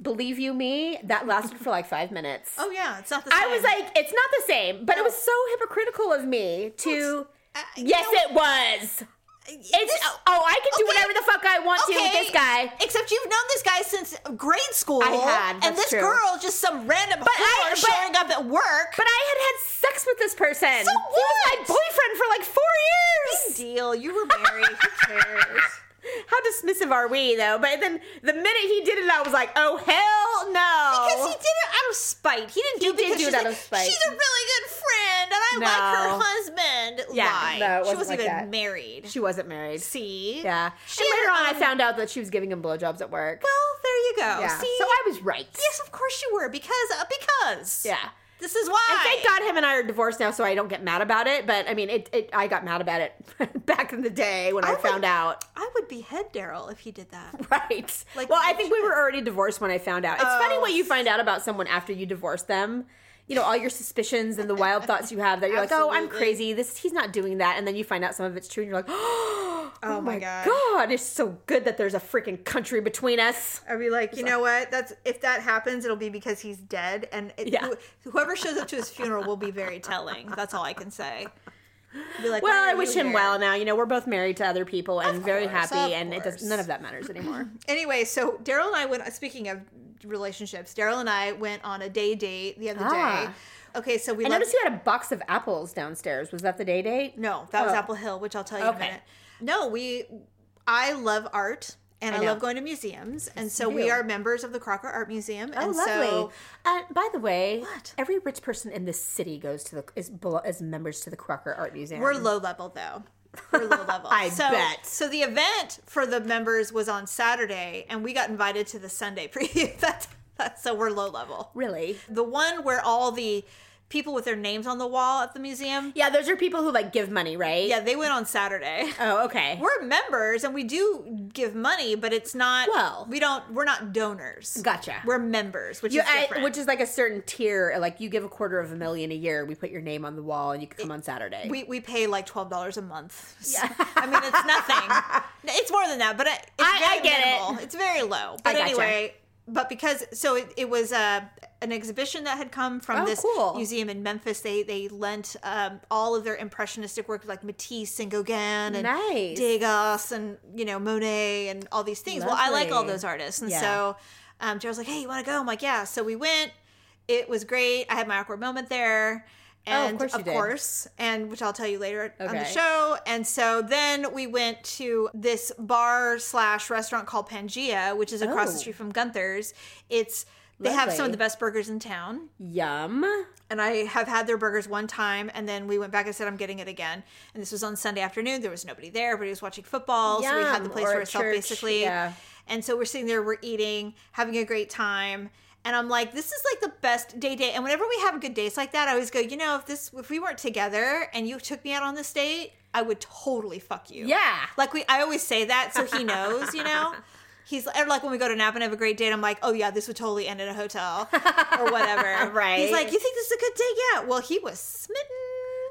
Speaker 3: Believe you me, that lasted for like five minutes.
Speaker 2: Oh yeah, it's not the same.
Speaker 3: I was like, it's not the same, but it was so hypocritical of me to.
Speaker 2: Uh, you
Speaker 3: yes,
Speaker 2: know,
Speaker 3: it was.
Speaker 2: it's
Speaker 3: It's oh, I can do
Speaker 2: okay.
Speaker 3: whatever the fuck I want to with this guy.
Speaker 2: Except you've known this guy since grade school.
Speaker 3: I had,
Speaker 2: and
Speaker 3: that's
Speaker 2: this
Speaker 3: true.
Speaker 2: girl just some random but
Speaker 3: I- but-
Speaker 2: showing up at work.
Speaker 3: But I had had sex with this person. So
Speaker 2: what?
Speaker 3: He was my boyfriend for like four
Speaker 2: Big
Speaker 3: years.
Speaker 2: deal, you were married. Who cares?
Speaker 3: How dismissive are we though? But then the minute he did it, I was like, oh hell no.
Speaker 2: Because he did it out of spite. He didn't do
Speaker 3: He
Speaker 2: it
Speaker 3: did
Speaker 2: because
Speaker 3: do it
Speaker 2: she's
Speaker 3: out
Speaker 2: like,
Speaker 3: of spite.
Speaker 2: She's a really good friend, and I like her
Speaker 3: No.
Speaker 2: husband.
Speaker 3: Yeah,
Speaker 2: Lie.
Speaker 3: no, it
Speaker 2: she
Speaker 3: wasn't
Speaker 2: wasn't
Speaker 3: like
Speaker 2: even
Speaker 3: that.
Speaker 2: married.
Speaker 3: She wasn't married.
Speaker 2: See,
Speaker 3: Yeah.
Speaker 2: She
Speaker 3: and later
Speaker 2: had um,
Speaker 3: on,
Speaker 2: her
Speaker 3: I
Speaker 2: own-
Speaker 3: found out that she was giving him blowjobs at work.
Speaker 2: Well, there you go.
Speaker 3: yeah.
Speaker 2: See,
Speaker 3: So I was right.
Speaker 2: yes, of course you were because uh, because
Speaker 3: Yeah.
Speaker 2: this is why.
Speaker 3: And thank God him and I are divorced now, so I don't get mad about it. But I mean, it, it I got mad about it back in the day when I,
Speaker 2: I would-
Speaker 3: found out.
Speaker 2: I would behead Daryl if he did that.
Speaker 3: Right.
Speaker 2: Like,
Speaker 3: well, I Oh. think we were already divorced when I found out. It's funny what you find out about someone after you divorce them. You know, all your suspicions and the wild thoughts you have that you're like, oh, I'm
Speaker 2: Absolutely.
Speaker 3: crazy. This he's not doing that, and then you find out some of it's true, and you're like, oh,
Speaker 2: Oh my
Speaker 3: god.
Speaker 2: God.
Speaker 3: it's so good that there's a freaking country between us.
Speaker 2: I'd be like, you know what? That's if that happens, it'll be because he's dead, and it,
Speaker 3: Yeah.
Speaker 2: who- whoever shows up to his funeral will be very telling. That's all I can say. Be like,
Speaker 3: Well,
Speaker 2: why
Speaker 3: I
Speaker 2: are
Speaker 3: wish
Speaker 2: you
Speaker 3: him
Speaker 2: here?
Speaker 3: well now. You know, we're both married to other people and very
Speaker 2: course,
Speaker 3: happy,
Speaker 2: of
Speaker 3: and it does
Speaker 2: course.
Speaker 3: none of that matters anymore.
Speaker 2: Anyway, so Daryl and I went. Speaking of relationships, Daryl and I went on a day date the other
Speaker 3: Ah.
Speaker 2: day. Okay, so we
Speaker 3: I
Speaker 2: left-
Speaker 3: noticed you had a box of apples downstairs. Was that the day date?
Speaker 2: No, that was
Speaker 3: Oh.
Speaker 2: Apple Hill, which I'll tell you in
Speaker 3: Okay.
Speaker 2: a minute. No, we I love art and
Speaker 3: I
Speaker 2: I,
Speaker 3: know.
Speaker 2: love going to museums. and so
Speaker 3: you
Speaker 2: we
Speaker 3: do.
Speaker 2: are members of the Crocker Art Museum.
Speaker 3: Oh,
Speaker 2: and
Speaker 3: lovely.
Speaker 2: so
Speaker 3: uh, by the way,
Speaker 2: What?
Speaker 3: every rich person in this city goes to the is, belo- is members to the Crocker Art Museum.
Speaker 2: we're low level though. We're low level.
Speaker 3: Mm-hmm. I
Speaker 2: so,
Speaker 3: bet.
Speaker 2: So the event for the members was on Saturday and we got invited to the Sunday preview. that's that's so we're low level.
Speaker 3: really.
Speaker 2: The one where all the people with their names on the wall at the museum.
Speaker 3: Yeah, those are people who like give money, right?
Speaker 2: Yeah, they went on Saturday.
Speaker 3: Oh, okay.
Speaker 2: we're members and we do give money, but it's not.
Speaker 3: Well-
Speaker 2: we don't. We're not donors.
Speaker 3: Gotcha.
Speaker 2: We're members, which
Speaker 3: You-
Speaker 2: is
Speaker 3: I-
Speaker 2: different.
Speaker 3: which is like a certain tier. Like you give a quarter of a million a year, we put your name on the wall, and you can come on Saturday.
Speaker 2: we we pay like twelve dollars a month. Yeah. I mean it's nothing. No, It's more than that, but I- it's
Speaker 3: I-
Speaker 2: very
Speaker 3: I get it.
Speaker 2: minimal. It's very low. But
Speaker 3: gotcha.
Speaker 2: anyway, but because so it, it was uh, an exhibition that had come from
Speaker 3: Oh,
Speaker 2: this
Speaker 3: cool.
Speaker 2: museum in Memphis. They they lent um, all of their impressionistic work like Matisse and Gauguin and
Speaker 3: Nice.
Speaker 2: Degas and you know Monet and all these things. Well, I like all
Speaker 3: Lovely.
Speaker 2: those artists, and
Speaker 3: Yeah.
Speaker 2: so um, Joe's like, "Hey, you want to go?" I'm like, "Yeah." So we went. It was great. I had my awkward moment there.
Speaker 3: Oh, of
Speaker 2: And
Speaker 3: course you did.
Speaker 2: course, and which I'll tell you later on the
Speaker 3: Okay.
Speaker 2: show. And so then we went to this bar slash restaurant called Pangea, which is across
Speaker 3: Oh.
Speaker 2: the street from Gunther's. It's they have some of
Speaker 3: Lovely.
Speaker 2: the best burgers in town,
Speaker 3: Yum.
Speaker 2: and I have had their burgers one time, and then we went back and said I'm getting it again. And this was on Sunday afternoon. There was nobody there, everybody was watching football, so we had the
Speaker 3: Yum,
Speaker 2: place
Speaker 3: or
Speaker 2: for
Speaker 3: at
Speaker 2: ourselves
Speaker 3: church,
Speaker 2: basically.
Speaker 3: yeah.
Speaker 2: And so we're sitting there, we're eating, having a great time. And I'm like, this is like the best day date. And whenever we have good days like that, I always go, you know, if this if we weren't together and you took me out on this date, I would totally fuck you.
Speaker 3: Yeah.
Speaker 2: Like we I always say that so he knows, you know. He's or like when we go to nap and have a great date. I'm like, oh yeah, this would totally end in a hotel or whatever.
Speaker 3: Right.
Speaker 2: He's like, you think this is a good day? Yeah. Well, he was smitten.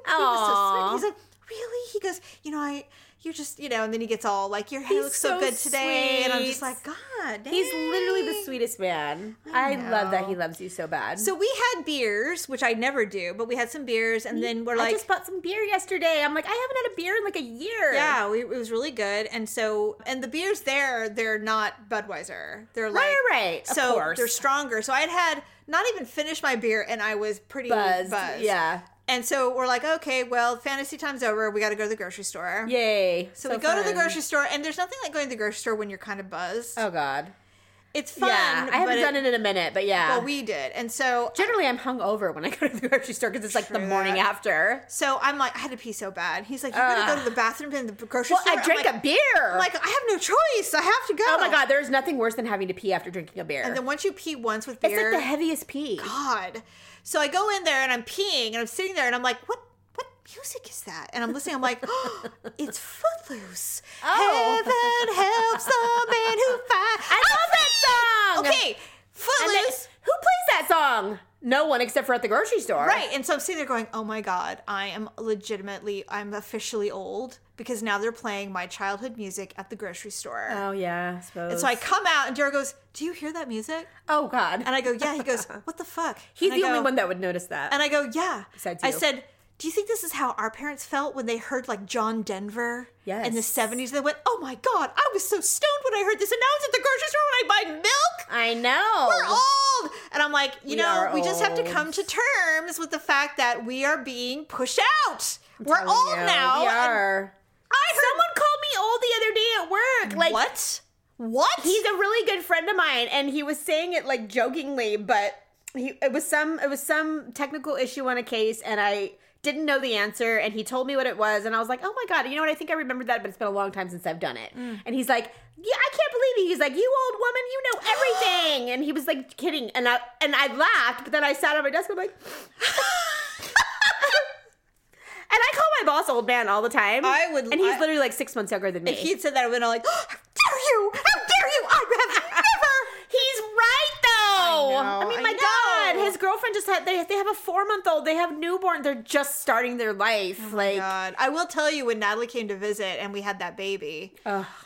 Speaker 2: He
Speaker 3: Aw.
Speaker 2: was so smitten. He's like, really? He goes, you know, I, you're just, you know, and then he gets all like, your hair
Speaker 3: He's
Speaker 2: looks so,
Speaker 3: so
Speaker 2: good today, and I'm just
Speaker 3: sweet.
Speaker 2: like, God,
Speaker 3: He's
Speaker 2: dang."
Speaker 3: literally the sweetest man. I, love that he loves you so bad.
Speaker 2: So we had beers, which I never do, but we had some beers, and then we're
Speaker 3: Mm, I
Speaker 2: like,
Speaker 3: just bought some beer yesterday. I'm like, I haven't had a beer in like a year.
Speaker 2: yeah, we, it was really good. And so, and the beers there, they're not Budweiser. They're like,
Speaker 3: Right, right. Of
Speaker 2: So
Speaker 3: course.
Speaker 2: they're stronger. So I had had not even finished my beer, and I was pretty
Speaker 3: Buzz.
Speaker 2: buzzed.
Speaker 3: Yeah.
Speaker 2: And so we're like, okay, well, fantasy time's over. We got to go to the grocery store.
Speaker 3: Yay.
Speaker 2: So, we go to the
Speaker 3: fun.
Speaker 2: grocery store, and there's nothing like going to the grocery store when you're kind of buzzed.
Speaker 3: Oh God.
Speaker 2: It's fun.
Speaker 3: yeah. I haven't done it in a minute, but yeah.
Speaker 2: Well, we did, and so
Speaker 3: Generally, I'm hungover when I go to the grocery store because it's like the
Speaker 2: True
Speaker 3: morning
Speaker 2: that.
Speaker 3: after.
Speaker 2: so I'm like, I had to pee so bad. He's like, you're gonna go
Speaker 3: Ugh.
Speaker 2: to the bathroom in the grocery
Speaker 3: Well,
Speaker 2: store.
Speaker 3: I drank
Speaker 2: am like,
Speaker 3: a beer.
Speaker 2: I'm like, I have no choice. I have to go.
Speaker 3: oh my God, there's nothing worse than having to pee after drinking a beer.
Speaker 2: And then once you pee once with
Speaker 3: it's
Speaker 2: beer,
Speaker 3: like the heaviest pee.
Speaker 2: God. So I go in there and I'm peeing and I'm sitting there and I'm like, what? What music is that? And I'm listening. I'm like, "Oh, it's Footloose. Heaven helps the man who finds.
Speaker 3: Oh." I love that song.
Speaker 2: Okay,
Speaker 3: And then-
Speaker 2: Footloose.
Speaker 3: who plays that song? No one except for at the grocery store.
Speaker 2: Right. And so I'm sitting there going, oh my God, I am legitimately, I'm officially old because now they're playing my childhood music at the grocery store.
Speaker 3: Oh yeah, I suppose.
Speaker 2: and so I come out and Jared goes, do you hear that music?
Speaker 3: Oh God.
Speaker 2: And I go, yeah. He goes, what the fuck?
Speaker 3: He's
Speaker 2: And I
Speaker 3: the only
Speaker 2: go-
Speaker 3: one that would notice that.
Speaker 2: And I go, yeah.
Speaker 3: Besides
Speaker 2: I
Speaker 3: you.
Speaker 2: said, do you think this is how our parents felt when they heard like John Denver in the
Speaker 3: Yes.
Speaker 2: 70s? They went, oh my God, I was so stoned when I heard this. And now it's at the grocery store when I buy milk.
Speaker 3: I know.
Speaker 2: We're old. And I'm like, you
Speaker 3: Oh. We
Speaker 2: know,
Speaker 3: are
Speaker 2: we just have to
Speaker 3: old.
Speaker 2: come to terms with the fact that we are being pushed out. We're
Speaker 3: telling
Speaker 2: old
Speaker 3: you,
Speaker 2: now.
Speaker 3: We
Speaker 2: and
Speaker 3: are.
Speaker 2: I heard
Speaker 3: Someone called me old the other day at work. Like
Speaker 2: what? What?
Speaker 3: he's a really good friend of mine, and he was saying it like jokingly, but he it was some it was some technical issue on a case, and I didn't know the answer, and he told me what it was, and I was like, oh my god, you know what? I think I remembered that, but it's been a long time since I've done it.
Speaker 2: Mm.
Speaker 3: And he's like, yeah, I can't believe it. He's like, you old woman, you know everything, and he was like kidding, and I and I laughed, but then I sat on my desk, and I'm like. And I call my boss old man all the time.
Speaker 2: I would-
Speaker 3: and he's
Speaker 2: I-
Speaker 3: literally like six months younger than me.
Speaker 2: if he'd said that, I would have been all like, how dare you? How dare you? I have never.
Speaker 3: He's right though.
Speaker 2: I know,
Speaker 3: mean,
Speaker 2: I
Speaker 3: my
Speaker 2: know.
Speaker 3: God, his girlfriend just had they they have a four month old. They have newborn. They're just starting their life. like,
Speaker 2: Oh God, I will tell you when Natalie came to visit and we had that baby,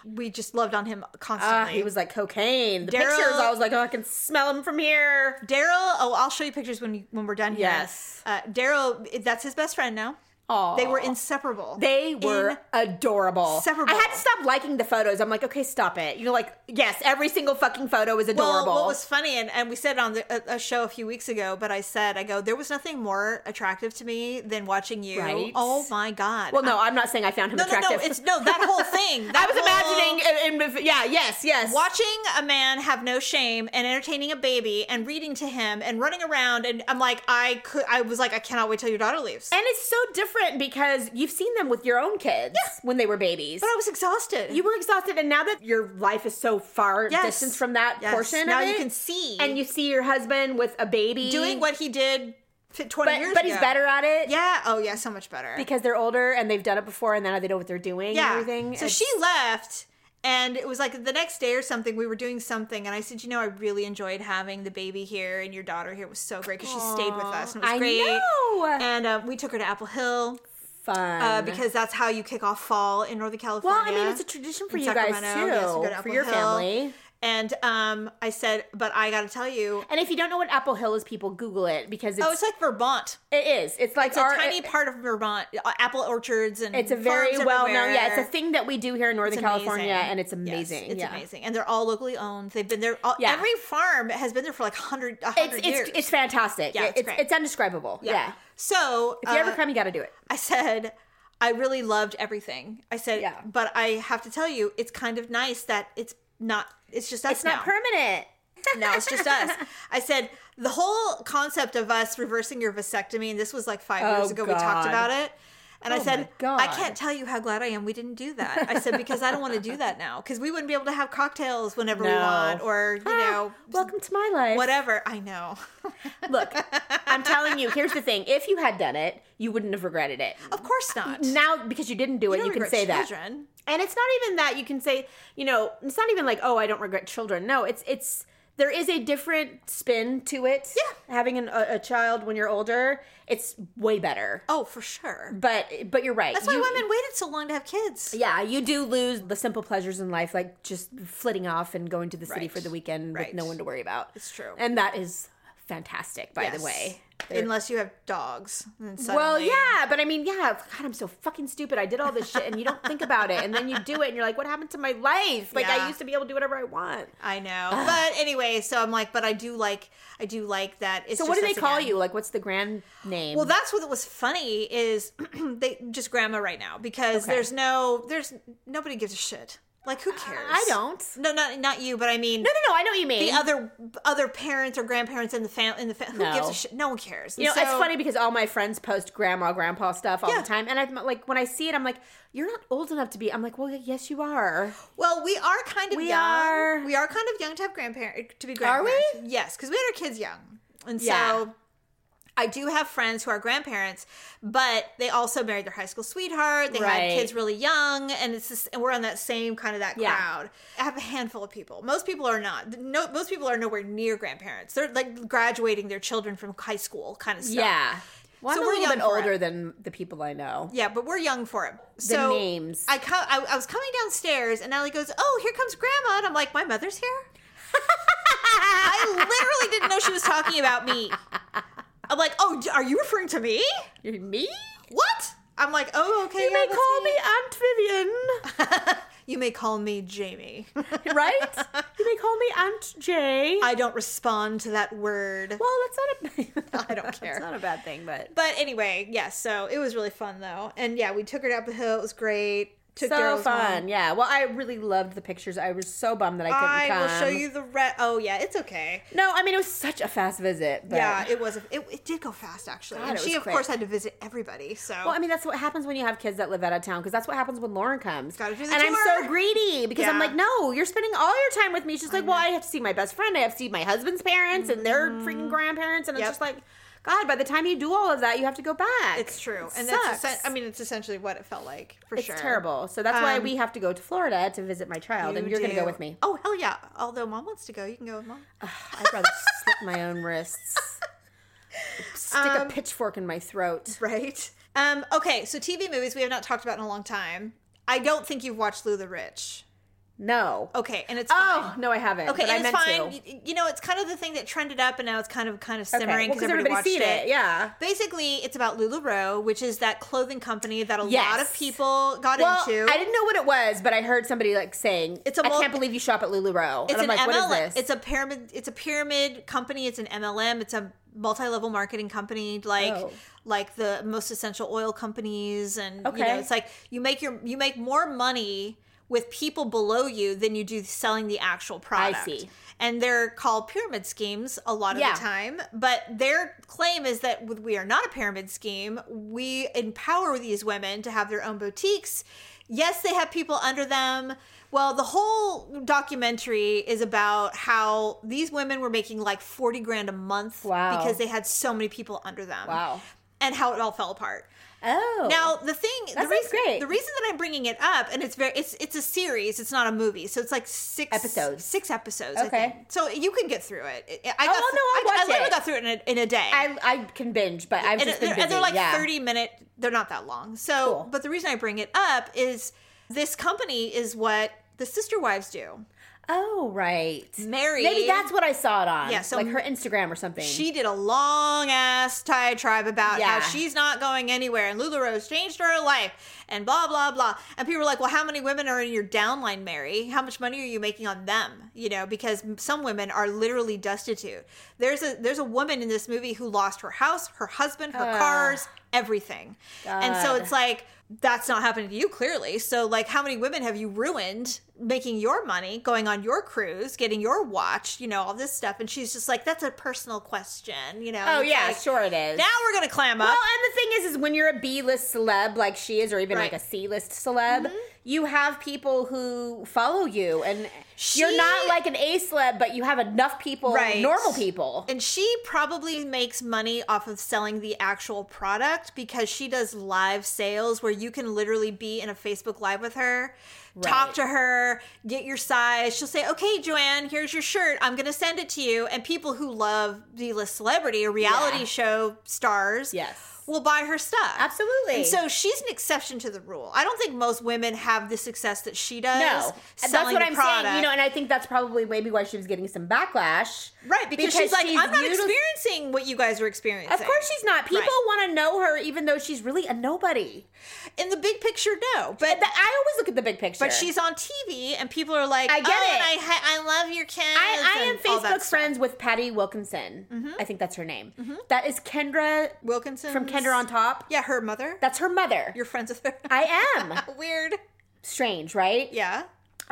Speaker 2: we just loved on him
Speaker 3: ah,
Speaker 2: constantly.
Speaker 3: he was like cocaine. The
Speaker 2: Daryl-
Speaker 3: pictures. I was like, oh, I can smell him from here.
Speaker 2: Daryl. Oh, I'll show you pictures when you, when we're done here.
Speaker 3: Yes.
Speaker 2: uh, Daryl. That's his best friend now.
Speaker 3: Oh,
Speaker 2: They were inseparable.
Speaker 3: They were adorable.
Speaker 2: Inseparable.
Speaker 3: I had to stop liking the photos. I'm like, okay, stop it. You're like, yes, every single fucking photo is
Speaker 2: well,
Speaker 3: adorable.
Speaker 2: what was funny, and, and we said it on the, a, a show a few weeks ago, but I said, I go, there was nothing more attractive to me than watching you.
Speaker 3: Right.
Speaker 2: Oh my God.
Speaker 3: well, no, I'm not saying I found him
Speaker 2: no, no,
Speaker 3: attractive.
Speaker 2: no. It's no that whole thing.
Speaker 3: I
Speaker 2: that
Speaker 3: was
Speaker 2: whole-
Speaker 3: imagining, and, and, yeah, yes, yes.
Speaker 2: watching a man have no shame and entertaining a baby and reading to him and running around and I'm like I could I was like I cannot wait till your daughter leaves.
Speaker 3: And it's so different because you've seen them with your own kids when they were babies.
Speaker 2: but I was exhausted.
Speaker 3: you were exhausted, and now that your life is so far
Speaker 2: Yes.
Speaker 3: distance from that
Speaker 2: Yes.
Speaker 3: portion
Speaker 2: now
Speaker 3: of
Speaker 2: you
Speaker 3: it,
Speaker 2: can see
Speaker 3: and you see your husband with a baby
Speaker 2: doing what he did fi- 20
Speaker 3: but
Speaker 2: years
Speaker 3: but
Speaker 2: ago.
Speaker 3: he's better at it,
Speaker 2: Yeah, oh yeah, so much better.
Speaker 3: because they're older and they've done it before, and now they know what they're doing
Speaker 2: yeah.
Speaker 3: and everything.
Speaker 2: So
Speaker 3: It's-
Speaker 2: she left and it was like the next day or something we were doing something and I said, "You know, I really enjoyed having the baby here and your daughter here It was so great cuz she stayed with us and it was
Speaker 3: I
Speaker 2: great."
Speaker 3: know.
Speaker 2: And um, we took her to Apple Hill.
Speaker 3: fun
Speaker 2: uh, because that's how you kick off fall in Northern California.
Speaker 3: well, I mean, it's a tradition for
Speaker 2: In
Speaker 3: you guys
Speaker 2: Sacramento,
Speaker 3: too,
Speaker 2: yes, we go to
Speaker 3: for
Speaker 2: Apple
Speaker 3: your
Speaker 2: Hill.
Speaker 3: family.
Speaker 2: And um, I said, but I got to tell you,
Speaker 3: And if you don't know what Apple Hill is, people Google it because it's,
Speaker 2: oh, it's like Vermont.
Speaker 3: it is. It's like
Speaker 2: It's a
Speaker 3: our-
Speaker 2: tiny
Speaker 3: it-
Speaker 2: part of Vermont, uh, apple orchards and
Speaker 3: It's a very
Speaker 2: farms
Speaker 3: well known. Yeah,
Speaker 2: everywhere.
Speaker 3: it's a thing that we do here in Northern
Speaker 2: It's amazing.
Speaker 3: California, and it's
Speaker 2: Yes,
Speaker 3: amazing.
Speaker 2: it's
Speaker 3: yeah.
Speaker 2: amazing, and they're all locally owned. They've been there. All,
Speaker 3: Yeah.
Speaker 2: Every farm has been there for like hundred, a
Speaker 3: It's
Speaker 2: hundred years.
Speaker 3: it's it's fantastic.
Speaker 2: Yeah,
Speaker 3: Yeah,
Speaker 2: it's
Speaker 3: it's
Speaker 2: great.
Speaker 3: it's, undescribable. Yeah.
Speaker 2: So
Speaker 3: If you ever
Speaker 2: uh,
Speaker 3: come, you got to do it.
Speaker 2: I said, I really loved everything. I said,
Speaker 3: Yeah.
Speaker 2: but I have to tell you, it's kind of nice that it's not. It's just us
Speaker 3: It's not
Speaker 2: now.
Speaker 3: permanent.
Speaker 2: No, it's just us. I said the whole concept of us reversing your vasectomy, and this was like five years
Speaker 3: Oh,
Speaker 2: ago. We talked
Speaker 3: God.
Speaker 2: about it, And I
Speaker 3: Oh
Speaker 2: said,
Speaker 3: my
Speaker 2: I
Speaker 3: God.
Speaker 2: can't tell you how glad I am we didn't do that. I said, because I don't want to do that now. Because we wouldn't be able to have cocktails whenever we
Speaker 3: No.
Speaker 2: want or, you know,
Speaker 3: Oh, Welcome to my life.
Speaker 2: whatever. I know.
Speaker 3: Look, I'm telling you, here's the thing. If you had done it, you wouldn't have regretted it.
Speaker 2: Of course not.
Speaker 3: Now, because you didn't do it,
Speaker 2: don't
Speaker 3: you, can
Speaker 2: regret
Speaker 3: say that.
Speaker 2: children.
Speaker 3: And it's not even that you can say, you know, it's not even like, oh, I don't regret children. No, it's it's there is a different spin to it.
Speaker 2: Yeah.
Speaker 3: having an, a, a child when you're older, it's way better.
Speaker 2: Oh, for sure.
Speaker 3: But but you're right.
Speaker 2: That's why
Speaker 3: You-
Speaker 2: women waited so long to have kids.
Speaker 3: Yeah, you do lose the simple pleasures in life, like just flitting off and going to the city
Speaker 2: Right.
Speaker 3: for the weekend
Speaker 2: Right.
Speaker 3: with no one to worry about.
Speaker 2: It's true.
Speaker 3: and that is fantastic. By
Speaker 2: Yes.
Speaker 3: the way,
Speaker 2: Unless you have dogs. And then
Speaker 3: Well,
Speaker 2: suddenly-
Speaker 3: yeah, but I mean, yeah, God, I'm so fucking stupid. I did all this shit and you don't think about it. And then you do it and you're like, what happened to my life? Like,
Speaker 2: Yeah.
Speaker 3: I used to be able to do whatever I want.
Speaker 2: I know. But anyway, so I'm like, but I do like, I do like that. It's
Speaker 3: So, what do
Speaker 2: just
Speaker 3: they
Speaker 2: us
Speaker 3: call
Speaker 2: again.
Speaker 3: you? Like, what's the grand name?
Speaker 2: Well, that's what was funny is they just grandma right now because
Speaker 3: Okay.
Speaker 2: there's no, there's nobody gives a shit. Like who cares?
Speaker 3: I don't.
Speaker 2: No, not not you, but I mean.
Speaker 3: No, no, no, I know what you mean.
Speaker 2: The other other parents or grandparents in the fam in the fam- who
Speaker 3: No.
Speaker 2: gives a shit? No one cares.
Speaker 3: you know,
Speaker 2: And
Speaker 3: it's
Speaker 2: so-
Speaker 3: funny because all my friends post grandma, grandpa stuff all
Speaker 2: Yeah.
Speaker 3: the time. And I'm like, when I see it, I'm like, you're not old enough to be. I'm like, well, yes, you are.
Speaker 2: Well, we are kind of
Speaker 3: We
Speaker 2: young.
Speaker 3: are-
Speaker 2: We are kind of young to have grandparent to be
Speaker 3: Are we?
Speaker 2: grandparents. Yes, because we had our kids young, and
Speaker 3: Yeah.
Speaker 2: so I do have friends who are grandparents, but they also married their high school sweetheart. They had
Speaker 3: Right.
Speaker 2: kids really young, and it's just, and we're on that same kind of that
Speaker 3: Yeah.
Speaker 2: crowd. I have a handful of people. Most people are not. No, most people are nowhere near grandparents. They're like graduating their children from high school kind of stuff.
Speaker 3: Yeah. Well,
Speaker 2: So
Speaker 3: I'm
Speaker 2: we're
Speaker 3: a little
Speaker 2: young
Speaker 3: bit
Speaker 2: for
Speaker 3: older
Speaker 2: it.
Speaker 3: than the people I know.
Speaker 2: Yeah, but we're young for him. So
Speaker 3: names.
Speaker 2: I, co- I I was coming downstairs and Allie goes, "Oh, here comes Grandma," and I'm like, "My mother's here." I literally didn't know she was talking about me. I'm like, "Oh, d- are you referring to me?"
Speaker 3: You're me?
Speaker 2: What? I'm like, "Oh, okay."
Speaker 3: You
Speaker 2: yeah,
Speaker 3: may
Speaker 2: that's
Speaker 3: call me Aunt Vivian.
Speaker 2: you may call me Jamie.
Speaker 3: right? You may call me Aunt Jay.
Speaker 2: I don't respond to that word.
Speaker 3: well, that's not a.
Speaker 2: I don't care.
Speaker 3: It's not a bad thing, but
Speaker 2: But anyway, yes. so it was really fun though, and yeah, we took her up the hill. It was great. Took
Speaker 3: so
Speaker 2: Daryl's
Speaker 3: fun.
Speaker 2: home.
Speaker 3: Yeah. Well, I really loved the pictures. I was so bummed that I couldn't
Speaker 2: I
Speaker 3: come.
Speaker 2: will show you the red. Oh yeah, it's okay.
Speaker 3: No, I mean it was such a fast visit. But,
Speaker 2: Yeah, it was. It, it did go fast, actually.
Speaker 3: God,
Speaker 2: and
Speaker 3: it
Speaker 2: she,
Speaker 3: was
Speaker 2: of
Speaker 3: quick.
Speaker 2: course, had to visit everybody. So
Speaker 3: Well, I mean that's what happens when you have kids that live out of town because that's what happens when Lauren comes.
Speaker 2: Gotta do the
Speaker 3: and I'm
Speaker 2: tour.
Speaker 3: so greedy because I'm
Speaker 2: Yeah.
Speaker 3: like, no, you're spending all your time with me. She's like, well, I have to see my best friend. I have to see my husband's parents and their freaking grandparents, and
Speaker 2: Mm-hmm. Yep.
Speaker 3: it's just like, God, by the time you do all of that, you have to go back.
Speaker 2: it's true,
Speaker 3: It
Speaker 2: and
Speaker 3: sucks.
Speaker 2: that's. Essen- I mean, it's essentially what it felt like for
Speaker 3: It's
Speaker 2: sure.
Speaker 3: terrible. So that's why
Speaker 2: Um,
Speaker 3: we have to go to Florida to visit my child, and
Speaker 2: You
Speaker 3: you're going to
Speaker 2: do-
Speaker 3: go with me. Uh,
Speaker 2: Oh hell yeah! Although mom wants to go, you can go with mom.
Speaker 3: I'd rather slit my own wrists, stick
Speaker 2: Um,
Speaker 3: a pitchfork in my throat.
Speaker 2: Right. Um. Okay. So TV movies we have not talked about in a long time. I don't think you've watched Lou the Rich.
Speaker 3: No.
Speaker 2: Okay, and it's
Speaker 3: Oh
Speaker 2: fine.
Speaker 3: no, I haven't.
Speaker 2: Okay,
Speaker 3: but
Speaker 2: and
Speaker 3: I
Speaker 2: it's
Speaker 3: meant
Speaker 2: fine.
Speaker 3: to.
Speaker 2: Y- You know, it's kind of the thing that trended up, and now it's kind of kind of
Speaker 3: Okay,
Speaker 2: simmering
Speaker 3: well,
Speaker 2: because
Speaker 3: because
Speaker 2: everybody
Speaker 3: everybody's
Speaker 2: watched
Speaker 3: seen it. Yeah.
Speaker 2: Basically, it's about Lululemon, which is that clothing company that a lot
Speaker 3: Yes.
Speaker 2: of people got
Speaker 3: Well,
Speaker 2: into.
Speaker 3: I didn't know what it was, but I heard somebody like saying,
Speaker 2: It's
Speaker 3: "It's
Speaker 2: a
Speaker 3: a I
Speaker 2: mul-
Speaker 3: can't believe you shop at Lululemon."
Speaker 2: It's
Speaker 3: and I'm like,
Speaker 2: an MLM.
Speaker 3: "What is this?"
Speaker 2: It's a pyramid. It's a pyramid company. It's an MLM. It's a multi-level marketing company, like
Speaker 3: Oh.
Speaker 2: like the most essential oil companies, and you know,
Speaker 3: Okay.
Speaker 2: it's like you make your you make more money with people below you than you do selling the actual product.
Speaker 3: see.
Speaker 2: And they're called pyramid schemes a lot of
Speaker 3: Yeah.
Speaker 2: the time, but their claim is that we are not a pyramid scheme. We empower these women to have their own boutiques. Yes, they have people under them. Well, the whole documentary is about how these women were making like 40 grand a month
Speaker 3: Wow.
Speaker 2: because they had so many people under them.
Speaker 3: Wow.
Speaker 2: And how it all fell apart.
Speaker 3: oh,
Speaker 2: Now the thing, the
Speaker 3: sounds
Speaker 2: reason,
Speaker 3: great.
Speaker 2: the reason that I'm bringing it up, and it's very, it's it's a series, it's not a movie, so it's like six
Speaker 3: Episodes.
Speaker 2: six episodes. I
Speaker 3: Okay.
Speaker 2: think. so you can get through it. I- I got,
Speaker 3: Oh, well,
Speaker 2: through-
Speaker 3: no, I'll
Speaker 2: I, I
Speaker 3: watch
Speaker 2: literally
Speaker 3: it.
Speaker 2: got through it in a, in a day.
Speaker 3: I I can binge, but I've
Speaker 2: and,
Speaker 3: just
Speaker 2: they're,
Speaker 3: been busy.
Speaker 2: and they're like
Speaker 3: yeah.
Speaker 2: 30 minute they're not that long so
Speaker 3: Cool.
Speaker 2: but the reason i bring it up is this company is what the sister wives do
Speaker 3: Oh right,
Speaker 2: Mary-
Speaker 3: Maybe that's what I saw it on.
Speaker 2: Yeah, so
Speaker 3: like her Instagram or something.
Speaker 2: she did a long ass diatribe about
Speaker 3: Mm. Yeah.
Speaker 2: how she's not going anywhere and Lula Rose changed her life and blah blah blah. And people were like, "Well, how many women are in your downline, Mary? How much money are you making on them?" You know, because some women are literally destitute. There's a there's a woman in this movie who lost her house, her husband, her cars, everything. And so
Speaker 3: God.
Speaker 2: it's like that's not happening to you clearly. So like how many women have you ruined making your money, going on your cruise, getting your watch, you know, all this stuff and she's just like that's a personal question, you know.
Speaker 3: Oh
Speaker 2: It's
Speaker 3: yeah,
Speaker 2: like,
Speaker 3: sure it is.
Speaker 2: Now we're going to clam up.
Speaker 3: well, and the thing is, is when you're a B-list celeb like she is, or even
Speaker 2: Right. Mm-hmm.
Speaker 3: like a C-list celeb, you have people who follow you, and
Speaker 2: She-
Speaker 3: you're not like an A celeb, but you have enough people,
Speaker 2: Right.
Speaker 3: normal people.
Speaker 2: And she probably makes money off of selling the actual product because she does live sales where you can literally be in a Facebook Live with her, talk
Speaker 3: Right.
Speaker 2: to her, get your size. She'll say, okay, Joanne, here's your shirt. I'm going to send it to you. And people who love B list celebrity or reality
Speaker 3: Yeah.
Speaker 2: show stars
Speaker 3: Yes.
Speaker 2: will buy her stuff.
Speaker 3: Absolutely.
Speaker 2: And so she's an exception to the rule. I don't think most women have the success that she does.
Speaker 3: no, that's
Speaker 2: selling
Speaker 3: what
Speaker 2: the
Speaker 3: I'm saying. You
Speaker 2: product.
Speaker 3: know, and I think that's probably maybe why she was getting some backlash,
Speaker 2: Right, because, she's like, I'm not
Speaker 3: util-
Speaker 2: experiencing what you guys are experiencing.
Speaker 3: Of course, she's not. People
Speaker 2: Right.
Speaker 3: want to know her, even though she's really a nobody.
Speaker 2: in the big picture, no. But
Speaker 3: Th- I always look at the big picture.
Speaker 2: but she's on TV, and people are like,
Speaker 3: I get
Speaker 2: oh, and I
Speaker 3: it.
Speaker 2: ha- I love your kids.
Speaker 3: I, I am
Speaker 2: and all that
Speaker 3: Facebook
Speaker 2: stuff. Mm-hmm.
Speaker 3: friends with Patty Wilkinson. I think that's her name. That is Kendra
Speaker 2: Wilkinson
Speaker 3: from Kendra on Top.
Speaker 2: Yeah, her mother.
Speaker 3: That's her mother.
Speaker 2: You're friends with her.
Speaker 3: I am.
Speaker 2: Weird.
Speaker 3: Strange, right?
Speaker 2: Yeah.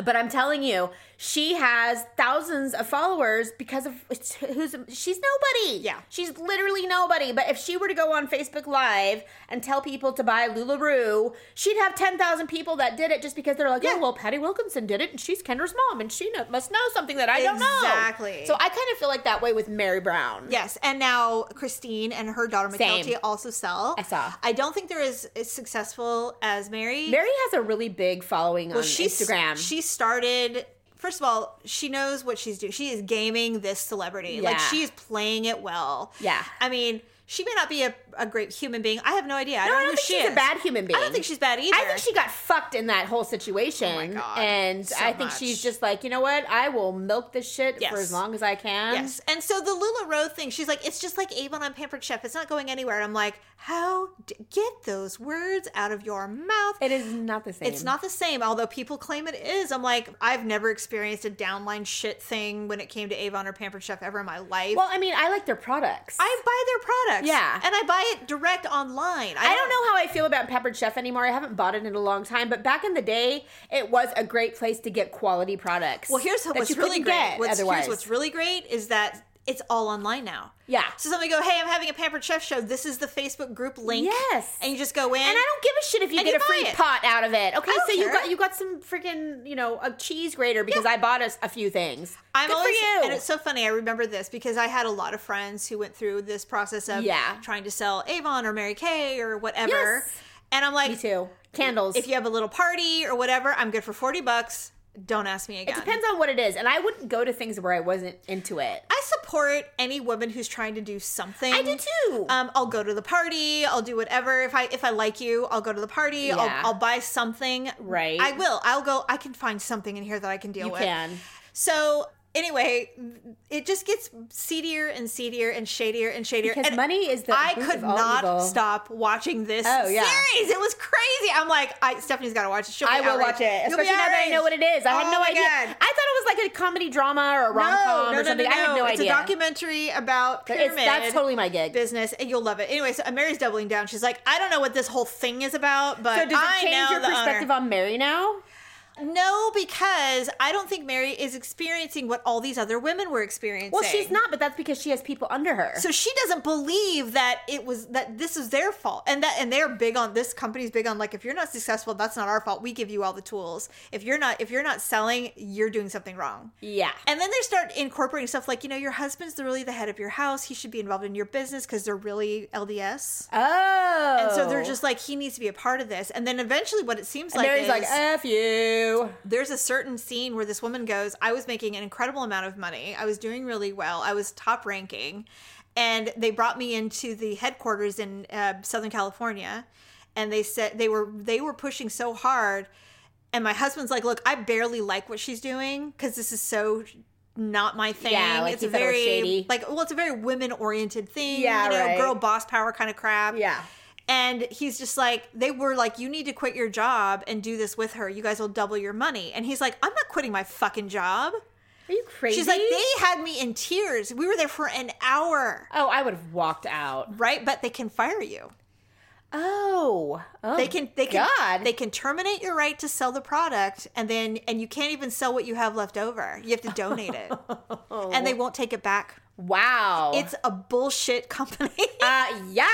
Speaker 3: But I'm telling you, she has thousands of followers because of it's- who's she's nobody.
Speaker 2: Yeah.
Speaker 3: She's literally nobody. But if she were to go on Facebook Live and tell people to buy LuLaRoe, she'd have 10,000 people that did it just because they're like,
Speaker 2: Yeah.
Speaker 3: oh, well, Patty Wilkinson did it and she's Kendra's mom and she know, must know something that I don't know.
Speaker 2: Exactly.
Speaker 3: So I kind of feel like that way with Mary Brown.
Speaker 2: Yes, and now Christine and her daughter
Speaker 3: Same.
Speaker 2: McKelty also sell.
Speaker 3: I saw.
Speaker 2: I don't think they're as, as successful as Mary.
Speaker 3: Mary has a really big following on
Speaker 2: she's-
Speaker 3: Instagram.
Speaker 2: She started. First of all, she knows what she's doing. She is gaming this celebrity. Like
Speaker 3: Yeah.
Speaker 2: she is playing it well.
Speaker 3: Yeah.
Speaker 2: I mean, she may not be a, a great human being. I have no idea. I
Speaker 3: No,
Speaker 2: don't
Speaker 3: I
Speaker 2: know
Speaker 3: don't
Speaker 2: who
Speaker 3: think
Speaker 2: she
Speaker 3: she's
Speaker 2: is.
Speaker 3: a bad human being.
Speaker 2: I don't think she's bad either. Oh
Speaker 3: I think she got fucked in that whole situation.
Speaker 2: God.
Speaker 3: And
Speaker 2: So
Speaker 3: I think
Speaker 2: much.
Speaker 3: she's just like, you know what? I will milk this shit
Speaker 2: Yes.
Speaker 3: for as long as I can.
Speaker 2: Yes. And so the LuLaRoe thing, she's like, it's just like Avon on Pampered Chef. It's not going anywhere. And I'm like, how? D- get those words out of your mouth.
Speaker 3: It is not the same.
Speaker 2: It's not the same, although people claim it is. I'm like, I've never experienced a downline shit thing when it came to Avon or Pampered Chef ever in my life.
Speaker 3: Well, I mean, I like their products.
Speaker 2: I buy their products.
Speaker 3: Yeah.
Speaker 2: And I buy it direct online.
Speaker 3: I don't know how I feel about Peppered Chef anymore. I haven't bought it in a long time, but back in the day, it was a great place to get quality products.
Speaker 2: Well, here's
Speaker 3: that
Speaker 2: what's
Speaker 3: you
Speaker 2: really
Speaker 3: couldn't
Speaker 2: great.
Speaker 3: get
Speaker 2: what's,
Speaker 3: otherwise.
Speaker 2: Here's what's really great is that it's all online now.
Speaker 3: Yeah.
Speaker 2: So somebody go, hey, I'm having a Pampered Chef show. This is the Facebook group link.
Speaker 3: Yes.
Speaker 2: And you just go in.
Speaker 3: and I don't give a shit if you
Speaker 2: And
Speaker 3: get
Speaker 2: you
Speaker 3: a free
Speaker 2: buy it.
Speaker 3: pot out of it. Okay,
Speaker 2: I don't
Speaker 3: so you
Speaker 2: care.
Speaker 3: got you got some freaking you know a cheese grater because I bought us a few things.
Speaker 2: I'm
Speaker 3: Good
Speaker 2: always,
Speaker 3: for you.
Speaker 2: and it's so funny. I remember this because I had a lot of friends who went through this process of
Speaker 3: Yeah.
Speaker 2: trying to sell Avon or Mary Kay or whatever.
Speaker 3: Yes.
Speaker 2: And I'm like,
Speaker 3: Me too. Candles.
Speaker 2: if you have a little party or whatever, I'm good for 40 bucks. Don't ask me again.
Speaker 3: It depends on what it is, and I wouldn't go to things where I wasn't into it.
Speaker 2: I support any woman who's trying to do something.
Speaker 3: I do too.
Speaker 2: Um, I'll go to the party. I'll do whatever. If I if I like you, I'll go to the party.
Speaker 3: Yeah.
Speaker 2: I'll, I'll buy something.
Speaker 3: Right.
Speaker 2: I will. I'll go. I can find something in here that I can deal
Speaker 3: you
Speaker 2: with.
Speaker 3: can.
Speaker 2: So anyway, it just gets seedier and seedier and shadier and shadier.
Speaker 3: Because
Speaker 2: and
Speaker 3: money is the
Speaker 2: I
Speaker 3: root
Speaker 2: could
Speaker 3: of all
Speaker 2: not
Speaker 3: evil.
Speaker 2: stop watching this
Speaker 3: Oh, yeah.
Speaker 2: series. It was crazy. I'm like, I, Stephanie's got to watch it. She'll be
Speaker 3: I will
Speaker 2: outraged.
Speaker 3: watch it,
Speaker 2: You'll be
Speaker 3: especially now that I
Speaker 2: outraged.
Speaker 3: know what it is. I
Speaker 2: Oh
Speaker 3: had no
Speaker 2: my
Speaker 3: idea.
Speaker 2: God.
Speaker 3: I thought it was like a comedy drama or a rom
Speaker 2: Oh,
Speaker 3: com or something. I had no
Speaker 2: it's
Speaker 3: idea.
Speaker 2: a documentary about
Speaker 3: But it's-
Speaker 2: pyramid
Speaker 3: that's totally my gig.
Speaker 2: business, and you'll love it. Anyway, so Mary's doubling down. She's like, I don't know what this whole thing is about, but
Speaker 3: so does it
Speaker 2: I
Speaker 3: change
Speaker 2: know
Speaker 3: your
Speaker 2: the owner."
Speaker 3: perspective on Mary now?
Speaker 2: No, because I don't think Mary is experiencing what all these other women were experiencing.
Speaker 3: Well, she's not, but that's because she has people under her.
Speaker 2: So she doesn't believe that it was that this is their fault, and that and they're big on this company's big on like if you're not successful, that's not our fault. We give you all the tools. If you're not if you're not selling, you're doing something wrong.
Speaker 3: yeah.
Speaker 2: And then they start incorporating stuff like, you know, your husband's really the head of your house. He should be involved in your business because they're really LDS.
Speaker 3: oh.
Speaker 2: And so they're just like, he needs to be a part of this. And then eventually, what it seems
Speaker 3: And
Speaker 2: like
Speaker 3: Mary's
Speaker 2: is
Speaker 3: like, F you.
Speaker 2: there's a certain scene where this woman goes, I was making an incredible amount of money. I was doing really well. I was top ranking. And they brought me into the headquarters in uh, Southern California. And they said they were they were pushing so hard. And my husband's like, look, I barely like what she's doing because this is so not my thing.
Speaker 3: Yeah, like
Speaker 2: it's
Speaker 3: he
Speaker 2: a
Speaker 3: thought it was
Speaker 2: very
Speaker 3: shady.
Speaker 2: like well, it's a very women oriented thing.
Speaker 3: Yeah,
Speaker 2: you know,
Speaker 3: right.
Speaker 2: girl boss power kind of crap.
Speaker 3: Yeah.
Speaker 2: And he's just like, they were like, you need to quit your job and do this with her. You guys will double your money. And he's like, I'm not quitting my fucking job.
Speaker 3: Are you crazy?
Speaker 2: She's like, they had me in tears. We were there for an hour,
Speaker 3: Oh, I would have walked out.
Speaker 2: right? But they can fire you.
Speaker 3: Oh, oh,
Speaker 2: They can they can
Speaker 3: God.
Speaker 2: they can terminate your right to sell the product and then and you can't even sell what you have left over. You have to donate it. and they won't take it back.
Speaker 3: wow.
Speaker 2: It's a bullshit company.
Speaker 3: uh, yeah.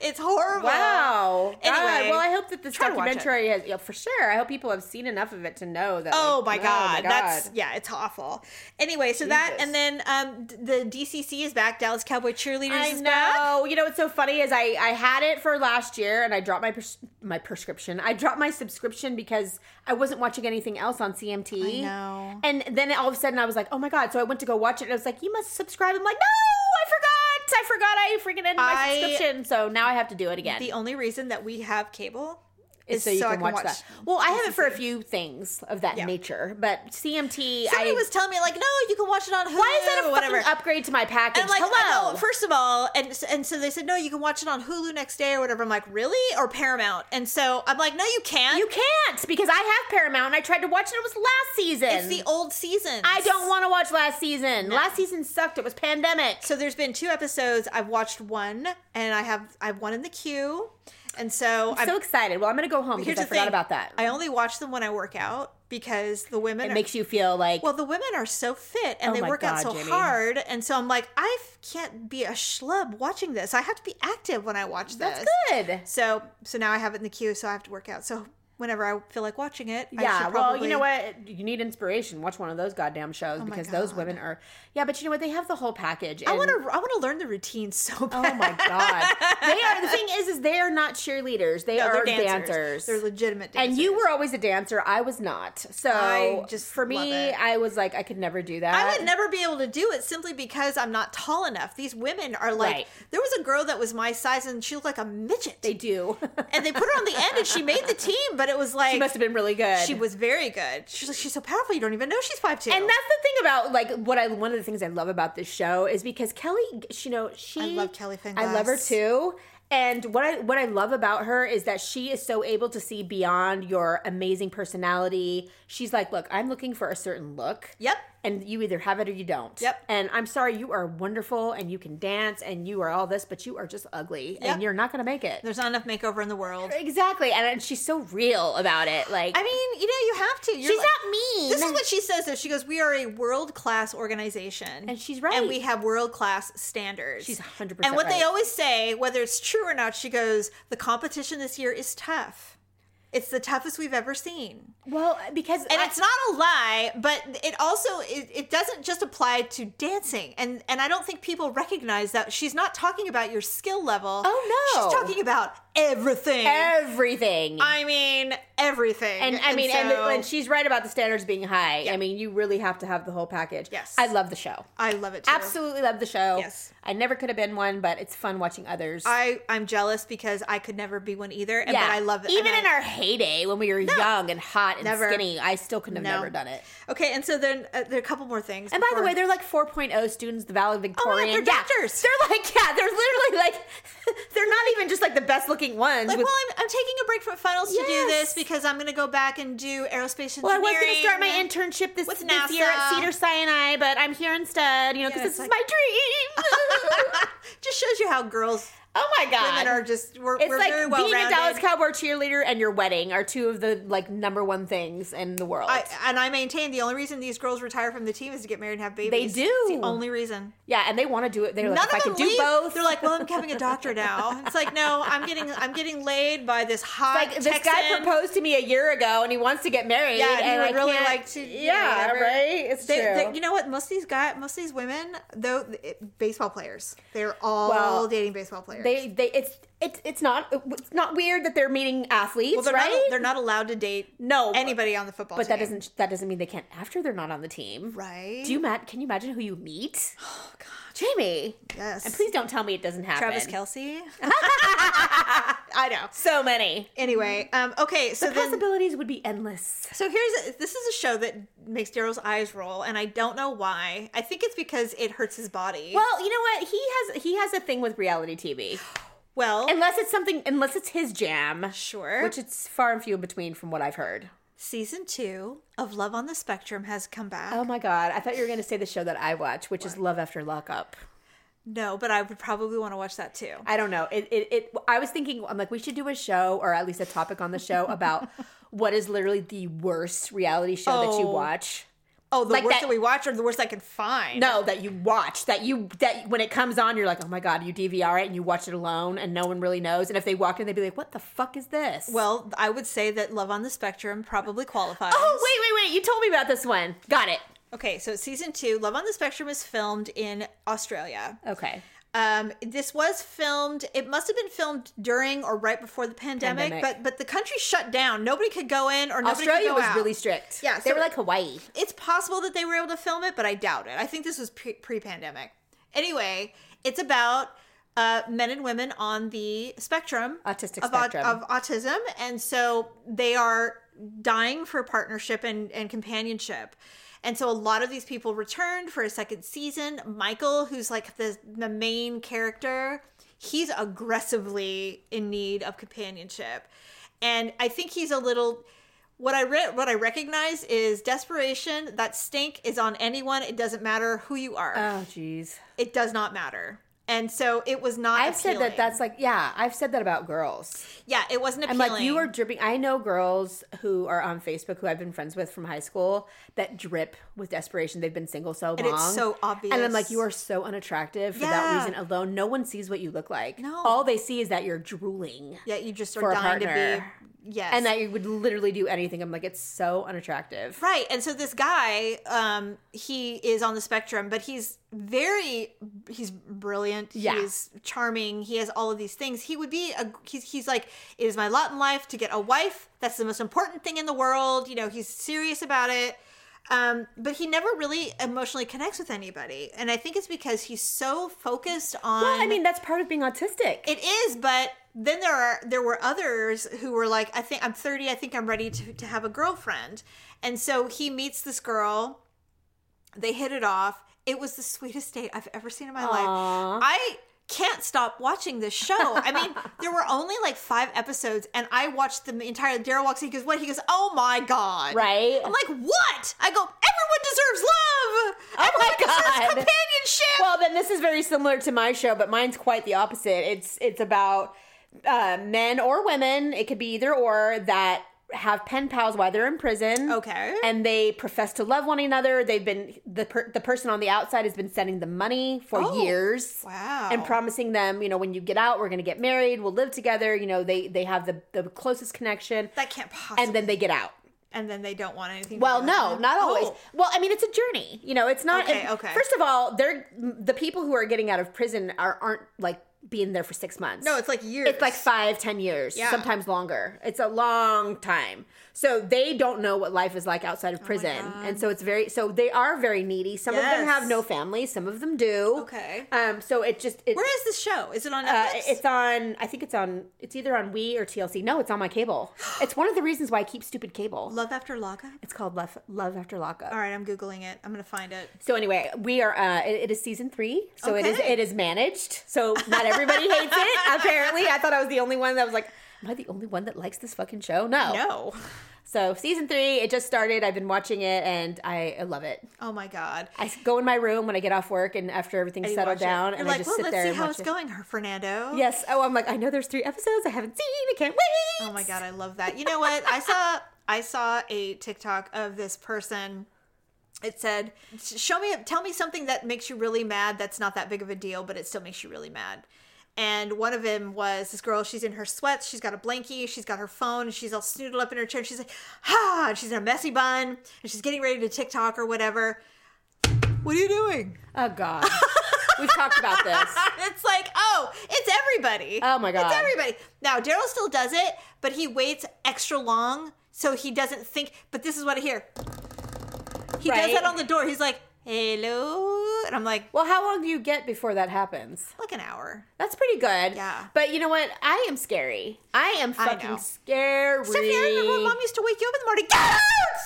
Speaker 2: it's horrible.
Speaker 3: Wow. God.
Speaker 2: Anyway,
Speaker 3: well, I hope that this
Speaker 2: try to watch it.
Speaker 3: documentary has yeah, for sure. I hope people have seen enough of it to know that.
Speaker 2: Oh my,
Speaker 3: like,
Speaker 2: god. that's yeah, it's awful. Anyway, so that and then um, d- the DCC is back. Dallas Cowboy Cheerleaders
Speaker 3: I
Speaker 2: is
Speaker 3: know.
Speaker 2: back.
Speaker 3: You know what's so funny is I I had it for last year and I dropped my pres- my prescription. I dropped my subscription because I wasn't watching anything else on CMT.
Speaker 2: I know.
Speaker 3: And then all of a sudden I was like, oh my god! So I went to go watch it and I was like, you must subscribe. I'm like, no, I forgot. I forgot. I freaking ended my
Speaker 2: I-
Speaker 3: subscription. So now I have to do it again.
Speaker 2: The only reason that we have cable is
Speaker 3: so you
Speaker 2: I
Speaker 3: can, watch, that. Well, I have it for a few things of that nature, but CMT.
Speaker 2: Somebody
Speaker 3: I,
Speaker 2: was telling me like, no, you can watch it on Hulu.
Speaker 3: why is that a
Speaker 2: or whatever?
Speaker 3: fucking upgrade to my package?
Speaker 2: And I'm like,
Speaker 3: Hello.
Speaker 2: I know, first of all, and s- and so they said, no, you can watch it on Hulu next day or whatever. I'm like, really? Or Paramount? And so I'm like, no, you can't.
Speaker 3: you can't because I have Paramount and I tried to watch it. It was last season.
Speaker 2: It's the old season.
Speaker 3: I don't want to watch last season. Last season sucked. It was pandemic.
Speaker 2: So there's been two episodes. I've watched one, and I have I have one in the queue, and so
Speaker 3: I'm so excited. Well, I'm gonna go home because I forgot about that.
Speaker 2: I only watch them when I work out because the women
Speaker 3: it
Speaker 2: are,
Speaker 3: makes you feel like
Speaker 2: well, the women are so fit and
Speaker 3: Oh
Speaker 2: they
Speaker 3: my
Speaker 2: work out
Speaker 3: God,
Speaker 2: so
Speaker 3: Jamie.
Speaker 2: hard, and so I'm like, I f- can't be a schlub watching this. I have to be active when I watch this.
Speaker 3: that's good.
Speaker 2: So so now I have it in the queue, so I have to work out. So whenever I feel like watching it, I
Speaker 3: Yeah,
Speaker 2: should
Speaker 3: well, you know
Speaker 2: probably- Oh
Speaker 3: what? You need inspiration. Watch one of those goddamn shows because those
Speaker 2: God.
Speaker 3: women are. Yeah, but you know what? They have the whole package.
Speaker 2: I
Speaker 3: and-
Speaker 2: want to I want to learn the routine so bad.
Speaker 3: Oh my god! They are. The thing is, is they are not cheerleaders. They
Speaker 2: No,
Speaker 3: are
Speaker 2: they're
Speaker 3: dancers.
Speaker 2: They're legitimate dancers.
Speaker 3: and you were always a dancer. I was not. So
Speaker 2: I
Speaker 3: just
Speaker 2: just
Speaker 3: for
Speaker 2: love
Speaker 3: me,
Speaker 2: it.
Speaker 3: I was like, I could never do that.
Speaker 2: I would never be able to do it simply because I'm not tall enough. These women are like,
Speaker 3: Right.
Speaker 2: there was a girl that was my size and she looked like a midget.
Speaker 3: They do.
Speaker 2: and they put her on the end and she made the team, but it was like,
Speaker 3: She must have been really good.
Speaker 2: she was very good. She's like, she's so powerful, you don't even know she's 5'2.
Speaker 3: And that's the thing about like what I one of the things I love about this show is because Kelly, you know, she
Speaker 2: I love Kelly Finn
Speaker 3: I love her
Speaker 2: Glass.
Speaker 3: too. And what I what I love about her is that she is so able to see beyond your amazing personality. She's like, look, I'm looking for a certain look.
Speaker 2: Yep.
Speaker 3: And you either have it or you don't.
Speaker 2: Yep.
Speaker 3: And I'm sorry, you are wonderful and you can dance and you are all this, but you are just ugly
Speaker 2: Yep.
Speaker 3: and you're not gonna make it.
Speaker 2: There's not enough makeover in the world.
Speaker 3: exactly. And, and she's so real about it. Like
Speaker 2: I mean, you know, you have to. You're
Speaker 3: she's
Speaker 2: like-
Speaker 3: not mean.
Speaker 2: This is what she says though. She goes, "We are a world class organization,
Speaker 3: And she's right.
Speaker 2: And we have world class standards.
Speaker 3: She's 100%
Speaker 2: And what
Speaker 3: right.
Speaker 2: they always say, whether it's true or not, she goes, "The competition this year is tough. It's the toughest we've ever seen,
Speaker 3: well because
Speaker 2: and
Speaker 3: I-
Speaker 2: it's not a lie. But it also it, it doesn't just apply to dancing, and and I don't think people recognize that she's not talking about your skill level.
Speaker 3: Oh, no.
Speaker 2: she's talking about everything.
Speaker 3: everything.
Speaker 2: I mean, everything.
Speaker 3: and I mean, and,
Speaker 2: so-
Speaker 3: and she's right about the standards being high. I mean, you really have to have the whole package.
Speaker 2: Yes.
Speaker 3: I love the show.
Speaker 2: I love it. Too.
Speaker 3: Absolutely love the show.
Speaker 2: Yes.
Speaker 3: I never could have been one, but it's fun watching others.
Speaker 2: I I'm jealous because I could never be one either. And, But I love it.
Speaker 3: Even
Speaker 2: and
Speaker 3: in
Speaker 2: I-
Speaker 3: our heyday when we were young and hot and
Speaker 2: Never.
Speaker 3: skinny, I still couldn't have
Speaker 2: No.
Speaker 3: never done it.
Speaker 2: okay, and so then uh, there are a couple more things.
Speaker 3: And by the
Speaker 2: before-
Speaker 3: way, they're like 4.0 students, the valedictorian.
Speaker 2: Oh, they're
Speaker 3: Yeah.
Speaker 2: doctors.
Speaker 3: They're like, yeah, they're literally like, they're not even just like the best looking ones.
Speaker 2: like,
Speaker 3: with-
Speaker 2: well, I'm, I'm taking a break from finals to do this
Speaker 3: Yes.
Speaker 2: because I'm going to go back and do aerospace engineering.
Speaker 3: Well, I was going to start my internship this,
Speaker 2: with
Speaker 3: this year at
Speaker 2: NASA.
Speaker 3: Cedar Sinai, but I'm here instead, you know, because
Speaker 2: Yeah,
Speaker 3: this
Speaker 2: it's
Speaker 3: is
Speaker 2: like-
Speaker 3: my dream.
Speaker 2: Just shows you how girls,
Speaker 3: oh my god!
Speaker 2: women are just we're,
Speaker 3: it's
Speaker 2: we're
Speaker 3: like
Speaker 2: very well
Speaker 3: being a
Speaker 2: rounded.
Speaker 3: Dallas Cowboy cheerleader and your wedding are two of the like number one things in the world.
Speaker 2: I, and I maintain the only reason these girls retire from the team is to get married and have babies.
Speaker 3: do.
Speaker 2: It's the only reason.
Speaker 3: yeah, and they want to do it. They're
Speaker 2: None
Speaker 3: like, if I
Speaker 2: of
Speaker 3: could
Speaker 2: them
Speaker 3: do
Speaker 2: leave.
Speaker 3: both.
Speaker 2: They're like, well, I'm becoming a doctor now. It's like, no, I'm getting I'm getting laid by this hot
Speaker 3: like this guy
Speaker 2: Texan.
Speaker 3: proposed to me a year ago, and he wants to get married.
Speaker 2: Yeah, and he
Speaker 3: and
Speaker 2: would
Speaker 3: I
Speaker 2: really
Speaker 3: can't-
Speaker 2: like to, you know,
Speaker 3: Yeah,
Speaker 2: whatever.
Speaker 3: right. It's
Speaker 2: They,
Speaker 3: true.
Speaker 2: they- you know what? Most of these guys, most of these women, though, it, baseball players. They're all
Speaker 3: Well,
Speaker 2: dating baseball players.
Speaker 3: they, they, it's, it's, it's not, it's not weird that they're meeting athletes,
Speaker 2: well, they're
Speaker 3: right?
Speaker 2: not, they're not allowed to date
Speaker 3: No, but-
Speaker 2: anybody on the football.
Speaker 3: But that
Speaker 2: team.
Speaker 3: doesn't that doesn't mean they can't after they're not on the team.
Speaker 2: right.
Speaker 3: Do you ma- can you imagine who you meet? Oh god. Jamie.
Speaker 2: Yes.
Speaker 3: And please don't tell me it doesn't happen.
Speaker 2: Travis Kelsey. I know.
Speaker 3: So many.
Speaker 2: Anyway, um, okay, so then,
Speaker 3: Possibilities would be endless.
Speaker 2: so here's a, this is a show that makes Daryl's eyes roll, and I don't know why. I think it's because it hurts his body.
Speaker 3: Well, you know what? He has he has a thing with reality TV.
Speaker 2: well
Speaker 3: Unless it's something unless it's his jam.
Speaker 2: sure.
Speaker 3: Which it's far and few in between from what I've heard.
Speaker 2: Season two of Love on the Spectrum has come back.
Speaker 3: Oh my god. I thought you were gonna say the show that I watch, which is Love After Lockup.
Speaker 2: No, but I would probably want to watch that too.
Speaker 3: I don't know. It, it, it, I was thinking, I'm like, we should do a show or at least a topic on the show about what is literally the worst reality show that you
Speaker 2: Oh.
Speaker 3: watch.
Speaker 2: Oh, the
Speaker 3: Like
Speaker 2: worst
Speaker 3: that-
Speaker 2: that, we watch or the worst I can find.
Speaker 3: No, that you watch that you that when it comes on, you're like, oh my god, you DVR it and you watch it alone, and no one really knows. And if they walk in, they'd be like, what the fuck is this?
Speaker 2: Well, I would say that Love on the Spectrum probably qualifies.
Speaker 3: oh wait, wait, wait, you told me about this one. Got it.
Speaker 2: Okay, so season two, Love on the Spectrum is filmed in Australia.
Speaker 3: Okay.
Speaker 2: Um, this was filmed. It must have been filmed during or right before the pandemic,
Speaker 3: Pandemic.
Speaker 2: but but the country shut down. Nobody could go in or nobody
Speaker 3: Australia
Speaker 2: could go
Speaker 3: was
Speaker 2: out.
Speaker 3: really strict.
Speaker 2: Yeah,
Speaker 3: they
Speaker 2: so-
Speaker 3: were like Hawaii.
Speaker 2: it's possible that they were able to film it, but I doubt it. I think this was pre- pre-pandemic. Anyway, it's about uh, men and women on the spectrum,
Speaker 3: Autistic
Speaker 2: of, au-
Speaker 3: spectrum.
Speaker 2: of autism, and so they are dying for partnership and, and companionship. And so a lot of these people returned for a second season. Michael, who's like the the main character, he's aggressively in need of companionship, and I think he's a little what I re- what I recognize is desperation. That stink is on anyone. It doesn't matter who you are.
Speaker 3: Oh jeez.
Speaker 2: it does not matter. And so it was not.
Speaker 3: I've said that
Speaker 2: appealing.
Speaker 3: that's like yeah, I've said that about girls.
Speaker 2: yeah. It wasn't
Speaker 3: I'm
Speaker 2: appealing.
Speaker 3: like you are dripping. I know girls who are on Facebook who I've been friends with from high school that drip with desperation. They've been single so
Speaker 2: And
Speaker 3: long.
Speaker 2: it's so
Speaker 3: And I'm like
Speaker 2: obvious.
Speaker 3: you are so unattractive for that
Speaker 2: Yeah.
Speaker 3: reason alone. No one sees what you look like.
Speaker 2: No.
Speaker 3: All they see is that you're drooling.
Speaker 2: Yeah, you just
Speaker 3: for
Speaker 2: are
Speaker 3: a
Speaker 2: dying to
Speaker 3: partner.
Speaker 2: be. Yes.
Speaker 3: And that you would literally do anything. I'm like, it's so unattractive.
Speaker 2: Right. And so this guy, um, he is on the spectrum, but he's very he's brilliant.
Speaker 3: Yeah.
Speaker 2: He's charming. He has all of these things. He would be a he's he's like, it is my lot in life to get a wife. That's the most important thing in the world. You know, he's serious about it. Um, but he never really emotionally connects with anybody. And I think it's because he's so focused on
Speaker 3: Well, I mean, that's part of being autistic.
Speaker 2: it is, but then there are there were others who were like, I think I'm 30, I think I'm ready to, to have a girlfriend. And so he meets this girl, they hit it off. It was the sweetest date I've ever seen in my
Speaker 3: Aw.
Speaker 2: life. I can't stop watching this show. I mean, there were only like five episodes, and I watched them the entire Daryl walks in, he goes, What? He goes, Oh my god.
Speaker 3: Right? Oh
Speaker 2: I'm like, what? I go, everyone deserves love.
Speaker 3: my
Speaker 2: everyone deserves
Speaker 3: God.
Speaker 2: companionship.
Speaker 3: well then this is very similar to my show but mine's quite the opposite it's it's about uh, men or women it could be either or that have pen pals while they're in prison
Speaker 2: Okay.
Speaker 3: and they profess to love one another they've been the, per- the person on the outside has been sending them money for
Speaker 2: Oh,
Speaker 3: years
Speaker 2: wow.
Speaker 3: and promising them you know when you get out we're gonna get married we'll live together you know they they have the, the closest connection
Speaker 2: that can't possibly
Speaker 3: and then they get out
Speaker 2: and then they don't want anything. to
Speaker 3: well,
Speaker 2: do with
Speaker 3: no,
Speaker 2: it.
Speaker 3: not always.
Speaker 2: Oh.
Speaker 3: Well, I mean, it's a journey. You know, it's not.
Speaker 2: Okay,
Speaker 3: and
Speaker 2: okay.
Speaker 3: First of all, they're the people who are getting out of prison are aren't like being there for six months.
Speaker 2: No, it's like years.
Speaker 3: It's like five, ten years,
Speaker 2: Yeah.
Speaker 3: sometimes longer. It's a long time. So they don't know what life is like outside
Speaker 2: Oh
Speaker 3: of prison, and so it's very. So they are very needy. Some of
Speaker 2: Yes.
Speaker 3: them have no family. Some of them do.
Speaker 2: Okay.
Speaker 3: Um. So it just it,
Speaker 2: Where is this show? Is it on
Speaker 3: uh,
Speaker 2: Netflix?
Speaker 3: it's on. I think it's on. It's either on We or TLC. No, it's on my cable. It's one of the reasons why I keep stupid cable.
Speaker 2: Love After Lockup.
Speaker 3: It's called Love, Love After Lockup.
Speaker 2: All right, I'm googling it. I'm gonna find it.
Speaker 3: So anyway, we are. Uh, it, it is season three, so it is
Speaker 2: Okay.
Speaker 3: it is managed. So not everybody hates it. Apparently, I thought I was the only one that was like, "Am I the only one that likes this fucking show?" No.
Speaker 2: No.
Speaker 3: So season three, it just started. I've been watching it, and I, I love it.
Speaker 2: Oh my god.
Speaker 3: I s- go in my room when I get off work, and after everything's
Speaker 2: You
Speaker 3: settled
Speaker 2: watch it.
Speaker 3: down,
Speaker 2: You're
Speaker 3: and
Speaker 2: like,
Speaker 3: I just
Speaker 2: well,
Speaker 3: sit
Speaker 2: let's
Speaker 3: there
Speaker 2: see
Speaker 3: and
Speaker 2: how
Speaker 3: watch
Speaker 2: it's
Speaker 3: it.
Speaker 2: going, her Fernando.
Speaker 3: Yes. Oh, I'm like, I know there's three episodes I haven't seen. I can't wait.
Speaker 2: Oh my god, I love that. You know what? I saw I saw a TikTok of this person. It said, "Show me, tell me something that makes you really mad. That's not that big of a deal, but it still makes you really mad." And one of them was this girl. She's in her sweats. She's got a blankie. She's got her phone. And she's all snoodled up in her chair. And she's like, "Ha!" And she's in a messy bun. And she's getting ready to TikTok or whatever. What are you doing?
Speaker 3: Oh god. We've talked about this.
Speaker 2: it's like, oh, it's everybody.
Speaker 3: Oh my God.
Speaker 2: It's everybody. Now, Daryl still does it, but he waits extra long so he doesn't think. But this is what I hear. He
Speaker 3: Right.
Speaker 2: does that on the door. He's like, hello. And I'm like,
Speaker 3: Well, how long do you get before that happens?
Speaker 2: like an hour.
Speaker 3: That's pretty good.
Speaker 2: Yeah.
Speaker 3: But you know what? I am scary. I am
Speaker 2: I
Speaker 3: fucking
Speaker 2: know.
Speaker 3: scary.
Speaker 2: Stephanie, I remember when mom used to wake you up in the morning. Get out!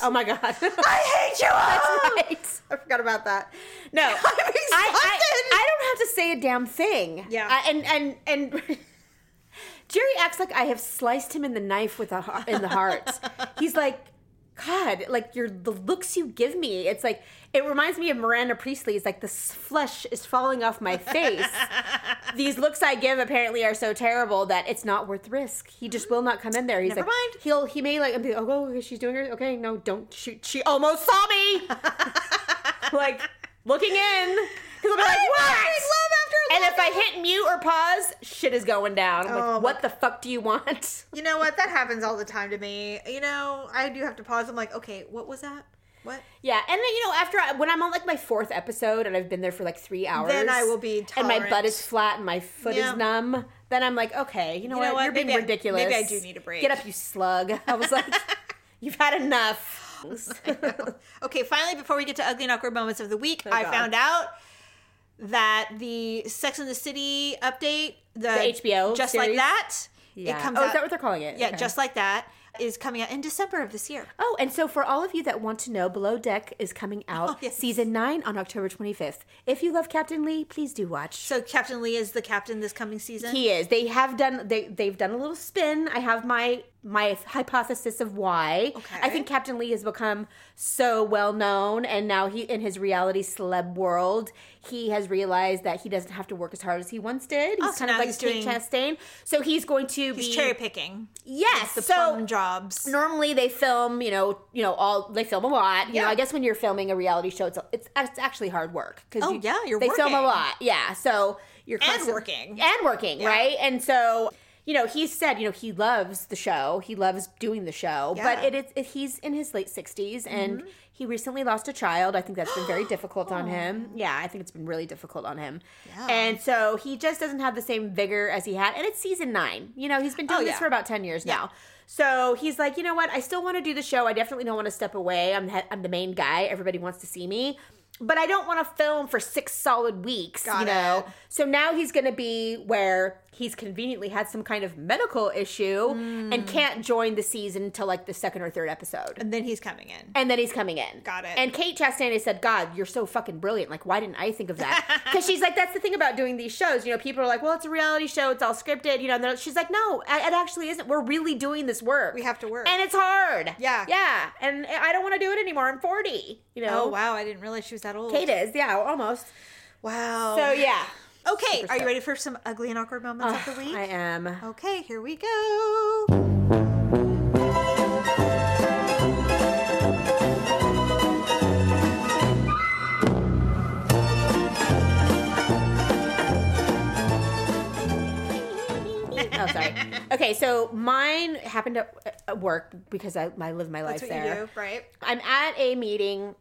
Speaker 3: oh my god.
Speaker 2: I hate you all!
Speaker 3: right. I forgot about that. No. i I,
Speaker 2: exhausted.
Speaker 3: I don't have to say a damn thing.
Speaker 2: Yeah.
Speaker 3: I, and and and Jerry acts like I have sliced him in the knife with a har- in the heart. He's like, God, like your the looks you give me. It's like it reminds me of Miranda Priestley's like the s- flesh is falling off my face. These looks I give apparently are so terrible that it's not worth risk. He just will not come in there. He's
Speaker 2: Mm-hmm. Never
Speaker 3: like
Speaker 2: mind.
Speaker 3: he'll he may like be oh okay, she's doing her okay, no, don't shoot. She almost saw me. like looking in. Because I'll be like, what?
Speaker 2: Love after
Speaker 3: And
Speaker 2: love.
Speaker 3: if I hit mute or pause, shit is going down. I'm
Speaker 2: Oh,
Speaker 3: like, what the fuck do you want?
Speaker 2: you know what? That happens all the time to me. You know, I do have to pause. I'm like, okay, what was that? What?
Speaker 3: Yeah, and then you know, after I, when I'm on like my fourth episode and I've been there for like three hours,
Speaker 2: Then I will be
Speaker 3: and my
Speaker 2: tolerant.
Speaker 3: butt is flat and my foot
Speaker 2: Yeah.
Speaker 3: is numb. Then I'm like, okay, you know,
Speaker 2: You know
Speaker 3: what?
Speaker 2: what?
Speaker 3: You're being
Speaker 2: Maybe I-
Speaker 3: ridiculous.
Speaker 2: maybe I do need a break.
Speaker 3: Get up, you slug. I was like, you've had enough.
Speaker 2: Okay, finally, before we get to ugly and awkward moments of the week, I
Speaker 3: Oh, God.
Speaker 2: found out that the Sex and the City update, the,
Speaker 3: HBO
Speaker 2: just like
Speaker 3: series?
Speaker 2: that,
Speaker 3: Yeah.
Speaker 2: it comes
Speaker 3: oh,
Speaker 2: out.
Speaker 3: is that what they're calling it?
Speaker 2: yeah,
Speaker 3: Okay.
Speaker 2: just like that is coming out in December of this year.
Speaker 3: Oh, and so for all of you that want to know, Below Deck is coming out
Speaker 2: Oh, yes.
Speaker 3: season nine on October 25th. If you love Captain Lee, please do watch.
Speaker 2: So Captain Lee is the captain this coming season.
Speaker 3: He is. They have done. They they've done a little spin. I have my my hypothesis of why.
Speaker 2: Okay.
Speaker 3: I think Captain Lee has become so well known, and now he in his reality celeb world, he has realized that he doesn't have to work as hard as he once did. He's
Speaker 2: Oh, so
Speaker 3: kind of
Speaker 2: now
Speaker 3: like
Speaker 2: he's
Speaker 3: Kate
Speaker 2: doing-
Speaker 3: Chastain. So he's going to
Speaker 2: He's
Speaker 3: be
Speaker 2: cherry picking
Speaker 3: yes.
Speaker 2: the
Speaker 3: so
Speaker 2: plum jobs.
Speaker 3: normally they film you know you know all they film a lot you know
Speaker 2: Yeah.
Speaker 3: i guess when you're filming a reality show it's it's, it's actually hard work because
Speaker 2: Oh, yeah, you're
Speaker 3: they film a
Speaker 2: working.
Speaker 3: lot yeah so you're
Speaker 2: And
Speaker 3: constant-
Speaker 2: working.
Speaker 3: and working right and so you know he said you know he loves the show he loves doing the show
Speaker 2: Yeah. Mm-hmm.
Speaker 3: but it is it, he's in his late 60s and he recently lost a child i think that's been very difficult on him yeah i think it's been really difficult on him
Speaker 2: Yeah.
Speaker 3: and so he just doesn't have the same vigor as he had and it's season nine you know he's been doing
Speaker 2: Oh,
Speaker 3: this
Speaker 2: yeah.
Speaker 3: for about 10 years now so he's like, you know what? I still want to do the show. I definitely don't want to step away. I'm he- I'm the main guy. Everybody wants to see me, but I don't want to film for six solid weeks.
Speaker 2: Got
Speaker 3: you know.
Speaker 2: it.
Speaker 3: So now he's going to be where he's conveniently had some kind of medical issue
Speaker 2: Mm.
Speaker 3: and can't join the season until like the second or third episode.
Speaker 2: and then he's coming in.
Speaker 3: And then he's coming in.
Speaker 2: Got it.
Speaker 3: And Kate Chastain has said, God, you're so fucking brilliant. Like, why didn't I think of that? Because she's like, that's the thing about doing these shows. You know, people are like, well, it's a reality show. It's all scripted. You know, and they're- she's like, no, I- it actually isn't. We're really doing this work.
Speaker 2: We have to work.
Speaker 3: And it's hard.
Speaker 2: Yeah.
Speaker 3: Yeah. And I don't want to do it anymore. I'm 40. You know?
Speaker 2: oh wow, I didn't realize she was that old.
Speaker 3: Kate is. Yeah, almost.
Speaker 2: Wow.
Speaker 3: So, yeah.
Speaker 2: Okay, are you ready for some ugly and awkward moments of the week?
Speaker 3: I am.
Speaker 2: Okay, here we go.
Speaker 3: oh, sorry. Okay, so mine happened at, at work because I, I live my life
Speaker 2: That's what
Speaker 3: there.
Speaker 2: you do, right?
Speaker 3: I'm at a meeting.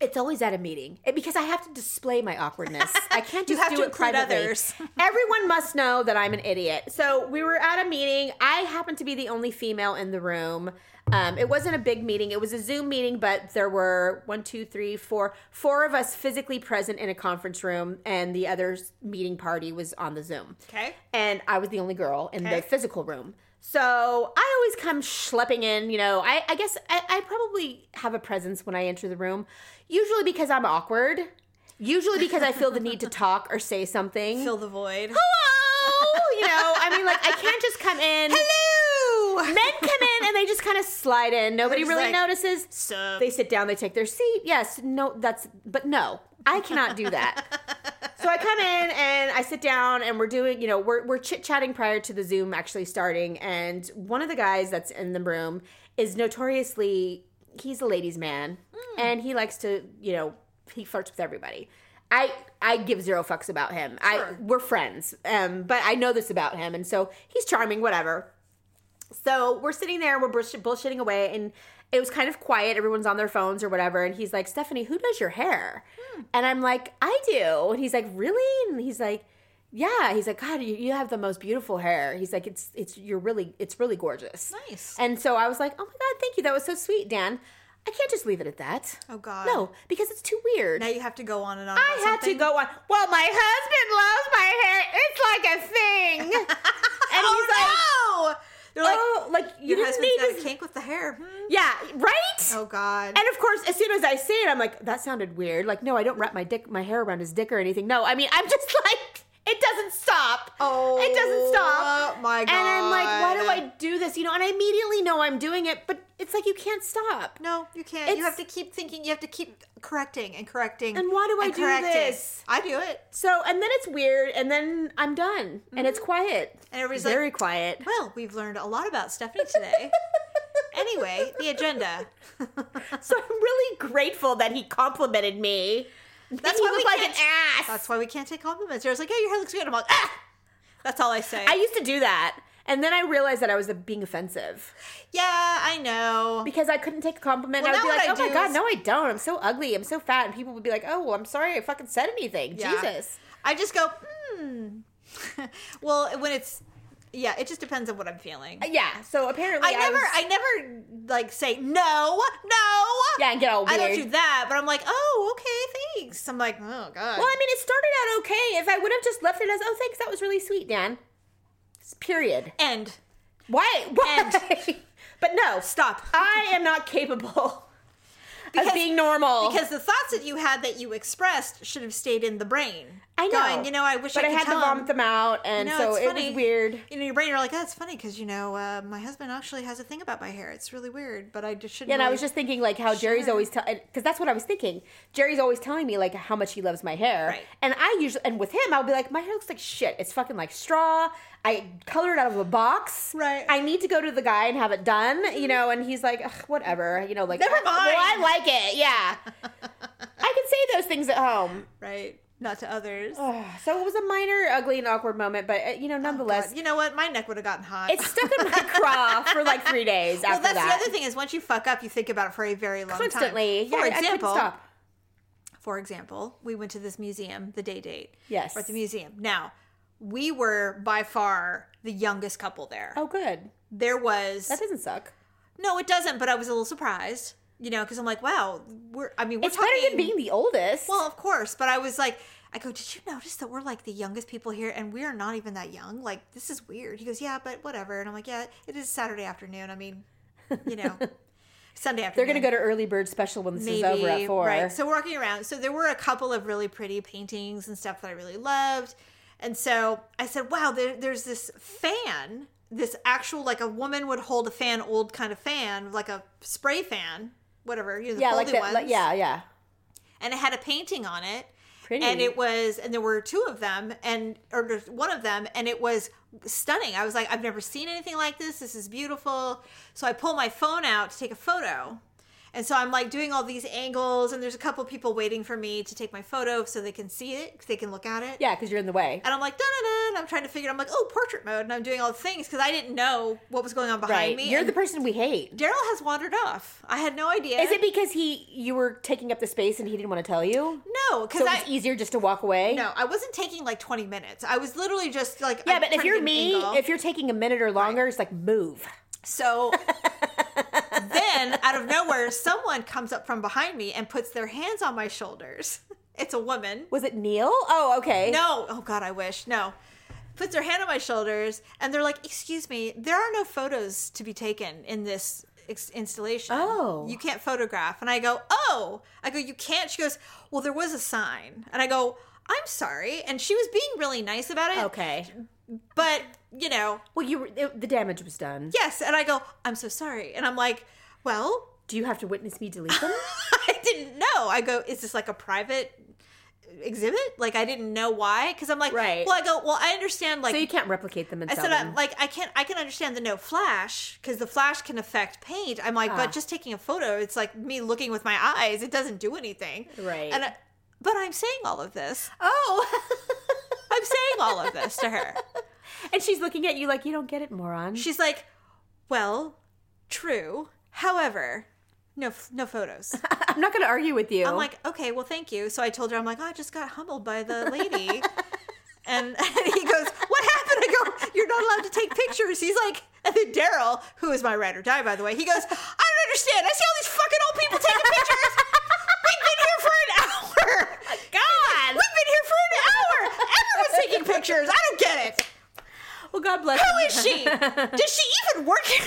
Speaker 3: It's always at a meeting It- because I have to display my awkwardness. I can't just
Speaker 2: You have
Speaker 3: do
Speaker 2: to
Speaker 3: it
Speaker 2: include
Speaker 3: privately.
Speaker 2: others.
Speaker 3: Everyone must know that I'm an idiot. So we were at a meeting. I happened to be the only female in the room. Um, it wasn't a big meeting. It was a Zoom meeting, but there were one, two, three, four, four of us physically present in a conference room, and the other s- meeting party was on the Zoom
Speaker 2: Okay.
Speaker 3: and I was the only girl in
Speaker 2: Okay.
Speaker 3: the physical room. So I always come schlepping in, you know. I, I guess I, I probably have a presence when I enter the room, usually because I'm awkward, usually because I feel the need to talk or say something.
Speaker 2: Fill the void.
Speaker 3: Hello, you know. I mean, like I can't just come in.
Speaker 2: Hello.
Speaker 3: Men come in and they just kind of slide in. Nobody
Speaker 2: just
Speaker 3: really
Speaker 2: like,
Speaker 3: notices.
Speaker 2: Sup.
Speaker 3: They sit down, they take their seat. Yes, no, that's, but no, I cannot do that. so I come in and I sit down and we're doing, you know, we're, we're chit chatting prior to the Zoom actually starting. And one of the guys that's in the room is notoriously, he's a ladies' man and he likes to, you know, he flirts with everybody. I, I give zero fucks about him. I
Speaker 2: Sure.
Speaker 3: we're friends, um, but I know this about him, and so he's charming. Whatever. So we're sitting there, we're bullsh- bullshitting away, and it was kind of quiet. Everyone's on their phones or whatever. And he's like, Stephanie, who does your hair?
Speaker 2: Hmm.
Speaker 3: And I'm like, I do. And he's like, Really? And he's like, Yeah. He's like, God, you, you have the most beautiful hair. He's like, It's it's you're really it's really gorgeous.
Speaker 2: Nice.
Speaker 3: And so I was like, Oh my god, thank you. That was so sweet, Dan. I can't just leave it at that.
Speaker 2: Oh, God.
Speaker 3: No, because it's too weird.
Speaker 2: Now you have to go on and on.
Speaker 3: I
Speaker 2: about
Speaker 3: had
Speaker 2: something.
Speaker 3: to go on. Well, my husband loves my hair. It's like a thing. and he's like,
Speaker 2: oh no! They're like,
Speaker 3: Oh, like you
Speaker 2: your
Speaker 3: didn't
Speaker 2: husband's
Speaker 3: need
Speaker 2: got
Speaker 3: to
Speaker 2: a kink with the hair. Hmm.
Speaker 3: yeah, right?
Speaker 2: Oh God.
Speaker 3: And of course, as soon as I say it, I'm like, that sounded weird. Like, no, I don't wrap my dick, my hair around his dick or anything. No, I mean, I'm just like, it doesn't stop.
Speaker 2: Oh,
Speaker 3: it doesn't stop.
Speaker 2: my
Speaker 3: And I'm like, why do
Speaker 2: God.
Speaker 3: I do this? You know, and I immediately know I'm doing it, but It's like you can't stop.
Speaker 2: No, you can't. you
Speaker 3: It's-
Speaker 2: have to keep thinking. You have to keep correcting and correcting.
Speaker 3: And why do I do
Speaker 2: correcting.
Speaker 3: this?
Speaker 2: I do it.
Speaker 3: So, and then it's weird, and then I'm done, and it's quiet.
Speaker 2: Mm-hmm. And everybody's
Speaker 3: very
Speaker 2: like,
Speaker 3: quiet.
Speaker 2: well, we've learned a lot about Stephanie today. anyway, the agenda.
Speaker 3: So I'm really grateful that he complimented me.
Speaker 2: That's
Speaker 3: he
Speaker 2: why we
Speaker 3: looked like an
Speaker 2: can't,
Speaker 3: ass.
Speaker 2: That's why we can't take compliments. I was like, "Yeah, your hair looks good." I'm like, "Ah." That's all I say.
Speaker 3: I used to do that, and then I realized that I was uh, being offensive
Speaker 2: yeah, I know.
Speaker 3: because I couldn't take a compliment.
Speaker 2: Well,
Speaker 3: I would be
Speaker 2: now what
Speaker 3: like,
Speaker 2: I
Speaker 3: "Oh my
Speaker 2: do
Speaker 3: god,
Speaker 2: is-
Speaker 3: no, I don't. I'm so ugly. I'm so fat," and people would be like, "Oh, well, I'm sorry, I fucking said anything."
Speaker 2: Yeah.
Speaker 3: Jesus.
Speaker 2: I just go, "Hmm." well, when it's yeah, it just depends on what I'm feeling. I,
Speaker 3: Uh, Yeah. So apparently, I,
Speaker 2: never,
Speaker 3: was-
Speaker 2: I never like say no, no.
Speaker 3: yeah, and get all
Speaker 2: I
Speaker 3: weird.
Speaker 2: don't do that, but I'm like, "Oh, okay, thanks." I'm like, "Oh God."
Speaker 3: Well, I mean, it started out okay. If I would have just left it as, "Oh, thanks, that was really sweet, Dan." It's Period.
Speaker 2: End.
Speaker 3: Why? Why? but no,
Speaker 2: Stop.
Speaker 3: I am not capable
Speaker 2: Because-
Speaker 3: of being normal.
Speaker 2: Because the thoughts that you had that you expressed should have stayed in the brain.
Speaker 3: I know.
Speaker 2: Going, you know, I wish
Speaker 3: but
Speaker 2: I
Speaker 3: I,
Speaker 2: could
Speaker 3: had
Speaker 2: tell
Speaker 3: to
Speaker 2: him."
Speaker 3: vomit them out, and
Speaker 2: No,
Speaker 3: so
Speaker 2: it's
Speaker 3: it
Speaker 2: funny.
Speaker 3: was weird.
Speaker 2: You know, your brain, you're like, oh, that's funny because, you know, uh, my husband actually has a thing about my hair. It's really weird, but I just shouldn't.
Speaker 3: And I was
Speaker 2: really-
Speaker 3: just thinking, like, how Jerry's
Speaker 2: Sure.
Speaker 3: always telling, because that's what I was thinking. Jerry's always telling me, like, how much he loves my hair.
Speaker 2: Right.
Speaker 3: And I usually, and with him, I'll be like, my hair looks like shit. It's fucking like straw. I colored out of a box.
Speaker 2: Right.
Speaker 3: I need to go to the guy and have it done, you know, and he's like, Ugh, whatever, you know, like,
Speaker 2: Never
Speaker 3: "Uh,
Speaker 2: mind."
Speaker 3: Well, I like it. Yeah. I can say those things at home.
Speaker 2: Right. Not to others.
Speaker 3: Ugh, So it was a minor, ugly, and awkward moment, but, uh, you know, nonetheless,
Speaker 2: Oh, God, you know what? My neck would have gotten hot.
Speaker 3: it stuck in my craw for like three days
Speaker 2: well,
Speaker 3: after
Speaker 2: that's
Speaker 3: that.
Speaker 2: the other thing is once you fuck up, you think about it for a very long
Speaker 3: Constantly.
Speaker 2: time.
Speaker 3: yeah,
Speaker 2: For
Speaker 3: I- I couldn't
Speaker 2: example,
Speaker 3: stop.
Speaker 2: for example, we went to this museum, the day date.
Speaker 3: Yes.
Speaker 2: We're at the museum. Now, we were by far the youngest couple there.
Speaker 3: Oh, good.
Speaker 2: There was
Speaker 3: That doesn't suck.
Speaker 2: no, it doesn't. But I was a little surprised, you know, because I'm like, wow, we're. I mean, we're
Speaker 3: It's
Speaker 2: talking
Speaker 3: better than being the oldest.
Speaker 2: Well, of course, but I was like, I go, did you notice that we're like the youngest people here, and we are not even that young? Like, this is weird. He goes, yeah, but whatever. And I'm like, yeah, it is Saturday afternoon. I mean, you know, Sunday afternoon.
Speaker 3: they're gonna go to early bird special when this is over at four.
Speaker 2: So we're walking around. So there were a couple of really pretty paintings and stuff that I really loved. And so I said, wow, there, there's this fan, this actual, like a woman would hold a fan, old kind of fan, like a spray fan, whatever, you know, the
Speaker 3: yeah,
Speaker 2: foldy
Speaker 3: like that.
Speaker 2: ones
Speaker 3: Like, yeah, yeah.
Speaker 2: and it had a painting on it.
Speaker 3: Pretty.
Speaker 2: And it was, and there were two of them, and or there's one of them, and it was stunning. I was like, I've never seen anything like this. This is beautiful. So I pull my phone out to take a photo, and so I'm like doing all these angles, and there's a couple people waiting for me to take my photo so they can see it, 'cause they can look at it.
Speaker 3: Yeah, because you're in the way.
Speaker 2: And I'm like, da da da. and I'm trying to figure. I'm like, oh, portrait mode, and I'm doing all the things because I didn't know what was going on behind
Speaker 3: Right.
Speaker 2: me.
Speaker 3: You're
Speaker 2: and
Speaker 3: the person we hate.
Speaker 2: Daryl has wandered off. I had no idea.
Speaker 3: Is it because he you were taking up the space and he didn't want to tell you?
Speaker 2: no? Because
Speaker 3: So
Speaker 2: I
Speaker 3: it's easier just to walk away.
Speaker 2: No, I wasn't taking like 20 minutes. I was literally just like
Speaker 3: Yeah,
Speaker 2: I'm
Speaker 3: but
Speaker 2: trying
Speaker 3: if
Speaker 2: to
Speaker 3: you're
Speaker 2: get an
Speaker 3: me,
Speaker 2: angle.
Speaker 3: if you're taking a minute or longer, it's like move.
Speaker 2: so then out of nowhere someone comes up from behind me and puts their hands on my shoulders. It's a woman.
Speaker 3: Was it Neil? Oh, okay.
Speaker 2: No, oh god, I wish. No. Puts their hand on my shoulders and they're like, "Excuse me, there are no photos to be taken in this ex- installation.
Speaker 3: Oh.
Speaker 2: You can't photograph." And I go, "Oh." I go, "You can't." She goes, "Well, there was a sign." And I go, "I'm sorry." And she was being really nice about it.
Speaker 3: Okay.
Speaker 2: But, you know,
Speaker 3: Well, you were, it, the damage was done.
Speaker 2: yes and i go i'm so sorry and i'm like well
Speaker 3: Do you have to witness me delete them?
Speaker 2: i didn't know i go is this like a private exhibit like i didn't know why because i'm like
Speaker 3: Right.
Speaker 2: well i go well i understand like
Speaker 3: so you can't replicate them and
Speaker 2: i
Speaker 3: sell
Speaker 2: said
Speaker 3: them.
Speaker 2: I'm, like i can't i can understand the no flash because the flash can affect paint i'm like
Speaker 3: Ah.
Speaker 2: but just taking a photo it's like me looking with my eyes it doesn't do anything
Speaker 3: Right.
Speaker 2: and I, but i'm saying all of this
Speaker 3: oh.
Speaker 2: i'm saying all of this to her
Speaker 3: And she's looking at you like you don't get it, moron.
Speaker 2: She's like, "Well, true. However, no, f- no photos."
Speaker 3: I'm not going to argue with you.
Speaker 2: I'm like, "Okay, well, thank you." So I told her, "I'm like, oh, I just got humbled by the lady." and, and he goes, "What happened?" I go, "You're not allowed to take pictures." He's like, and then Daryl, who is my ride or die, by the way, he goes, "I don't understand. I see all these fucking old people taking pictures. We've been here for an hour. God, we've been here for an hour. Everyone's taking pictures. I don't get it."
Speaker 3: well, God bless.
Speaker 2: Who is she? Does she even work here?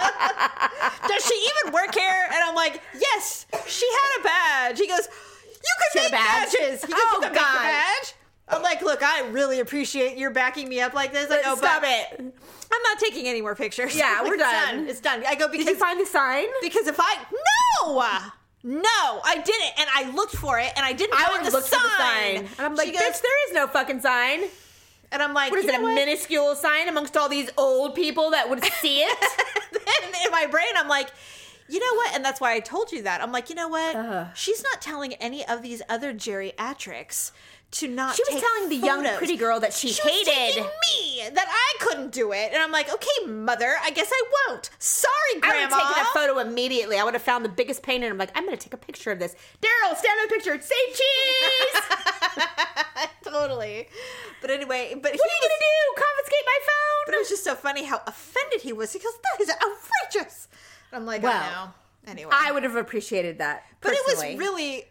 Speaker 2: Does she even work here? And I'm like, yes, she had a badge. He goes, you could
Speaker 3: She had
Speaker 2: make
Speaker 3: a badge?
Speaker 2: badges. He goes,
Speaker 3: Oh,
Speaker 2: you could make a
Speaker 3: God.
Speaker 2: badge. I'm like, look, I really appreciate your backing me up like this. Like, oh,
Speaker 3: Stop
Speaker 2: but
Speaker 3: it.
Speaker 2: I'm not taking any more pictures.
Speaker 3: Yeah,
Speaker 2: Like,
Speaker 3: we're
Speaker 2: it's
Speaker 3: done.
Speaker 2: It's done. I go
Speaker 3: Did you
Speaker 2: because
Speaker 3: find the sign?
Speaker 2: because if I no. No, I didn't, and I looked for it, and I didn't
Speaker 3: I
Speaker 2: find
Speaker 3: would
Speaker 2: the,
Speaker 3: have looked
Speaker 2: sign.
Speaker 3: for the sign. And I'm like,
Speaker 2: She
Speaker 3: bitch, there is no fucking sign.
Speaker 2: and I'm like,
Speaker 3: What is
Speaker 2: you
Speaker 3: it, a
Speaker 2: know what?
Speaker 3: minuscule sign amongst all these old people that would see it?
Speaker 2: and in my brain, I'm like, you know what? And that's why I told you that. I'm like, you know what?
Speaker 3: Ugh.
Speaker 2: She's not telling any of these other geriatrics to not.
Speaker 3: She was
Speaker 2: take
Speaker 3: telling the young
Speaker 2: photos.
Speaker 3: pretty girl that she
Speaker 2: She was
Speaker 3: hated.
Speaker 2: taking me that I couldn't do it, and I'm like, okay, mother, I guess I won't. Sorry,
Speaker 3: I would have
Speaker 2: grandma.
Speaker 3: taken a photo immediately. I would have found the biggest pain, and I'm like, I'm going to take a picture of this. Daryl, stand on the picture. Say cheese. what
Speaker 2: totally. But anyway, but
Speaker 3: are you going to do? Confiscate my
Speaker 2: But it
Speaker 3: phone?
Speaker 2: was just so funny how offended he was. He goes, that is outrageous. And I'm like,
Speaker 3: Well,
Speaker 2: oh no. Anyway,
Speaker 3: I would have appreciated that.
Speaker 2: but it was
Speaker 3: personally.
Speaker 2: really.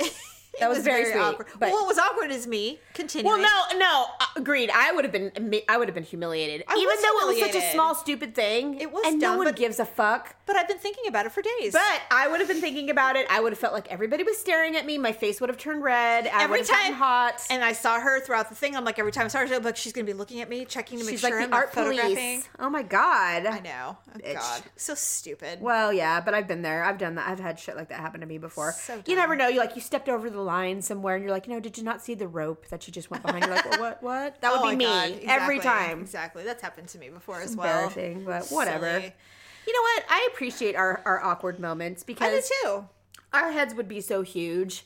Speaker 2: it
Speaker 3: That was very sweet,
Speaker 2: awkward.
Speaker 3: but-
Speaker 2: Well, what was awkward is me continuing.
Speaker 3: Well, no, no, uh, agreed. I would have been, I would have been humiliated,
Speaker 2: I
Speaker 3: even
Speaker 2: was
Speaker 3: though it was such a
Speaker 2: humiliated.
Speaker 3: small, stupid thing.
Speaker 2: It was
Speaker 3: and no
Speaker 2: dumb,
Speaker 3: one
Speaker 2: but-
Speaker 3: gives a fuck.
Speaker 2: But I've been thinking about it for days.
Speaker 3: But I would have been thinking about it. I would have felt like everybody was staring at me. My face would have turned red. I
Speaker 2: every
Speaker 3: would have
Speaker 2: time
Speaker 3: gotten hot.
Speaker 2: and I saw her throughout the thing, I'm like every time I saw her, I'm like she's gonna be looking at me, checking to make
Speaker 3: She's
Speaker 2: sure
Speaker 3: like
Speaker 2: I'm not
Speaker 3: the art
Speaker 2: photographing.
Speaker 3: police. Oh my god.
Speaker 2: I know. Oh,
Speaker 3: Bitch.
Speaker 2: God, so stupid.
Speaker 3: Well, yeah, but I've been there. I've done that. I've had shit like that happen to me before.
Speaker 2: So
Speaker 3: you
Speaker 2: dumb.
Speaker 3: never know. You like you stepped over the line somewhere, and you're like, you know, did you not see the rope that you just went behind? You're like, well, what? What? That would
Speaker 2: Oh, my
Speaker 3: be me
Speaker 2: God.
Speaker 3: every
Speaker 2: Exactly.
Speaker 3: time.
Speaker 2: Exactly. That's happened to me before as well.
Speaker 3: Embarrassing, but whatever.
Speaker 2: Silly.
Speaker 3: You know what? I appreciate our, our awkward moments
Speaker 2: I do
Speaker 3: because
Speaker 2: too.
Speaker 3: our heads would be so huge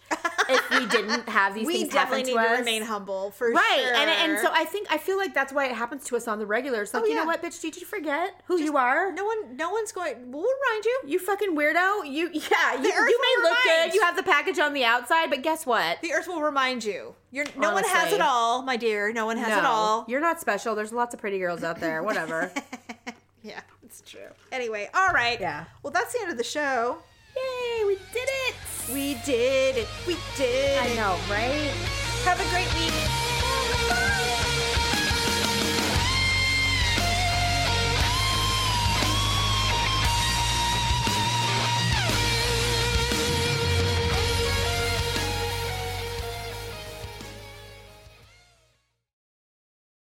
Speaker 3: if we didn't have these
Speaker 2: We
Speaker 3: things happen
Speaker 2: definitely
Speaker 3: to
Speaker 2: need to,
Speaker 3: us.
Speaker 2: remain humble for
Speaker 3: Right,
Speaker 2: sure.
Speaker 3: and and so I think I feel like that's why it happens to us on the regular. It's like,
Speaker 2: Oh,
Speaker 3: you know
Speaker 2: yeah.
Speaker 3: what, bitch? Did you forget who you are?
Speaker 2: no one, no one's going. We'll remind you.
Speaker 3: You fucking weirdo. You yeah, you,
Speaker 2: earth
Speaker 3: you may
Speaker 2: will
Speaker 3: look
Speaker 2: remind.
Speaker 3: good. You have the package on the outside, but guess what?
Speaker 2: The earth will remind you. You're no one has
Speaker 3: Honestly.
Speaker 2: it all, my dear. No one has
Speaker 3: no,
Speaker 2: it all.
Speaker 3: You're not special. There's lots of pretty girls out there. Whatever.
Speaker 2: Yeah, it's true. Anyway, all right.
Speaker 3: Yeah.
Speaker 2: Well, that's the end of the show.
Speaker 3: Yay, we did it.
Speaker 2: We did it. We did.
Speaker 3: I
Speaker 2: it.
Speaker 3: know, right?
Speaker 2: Have a great week.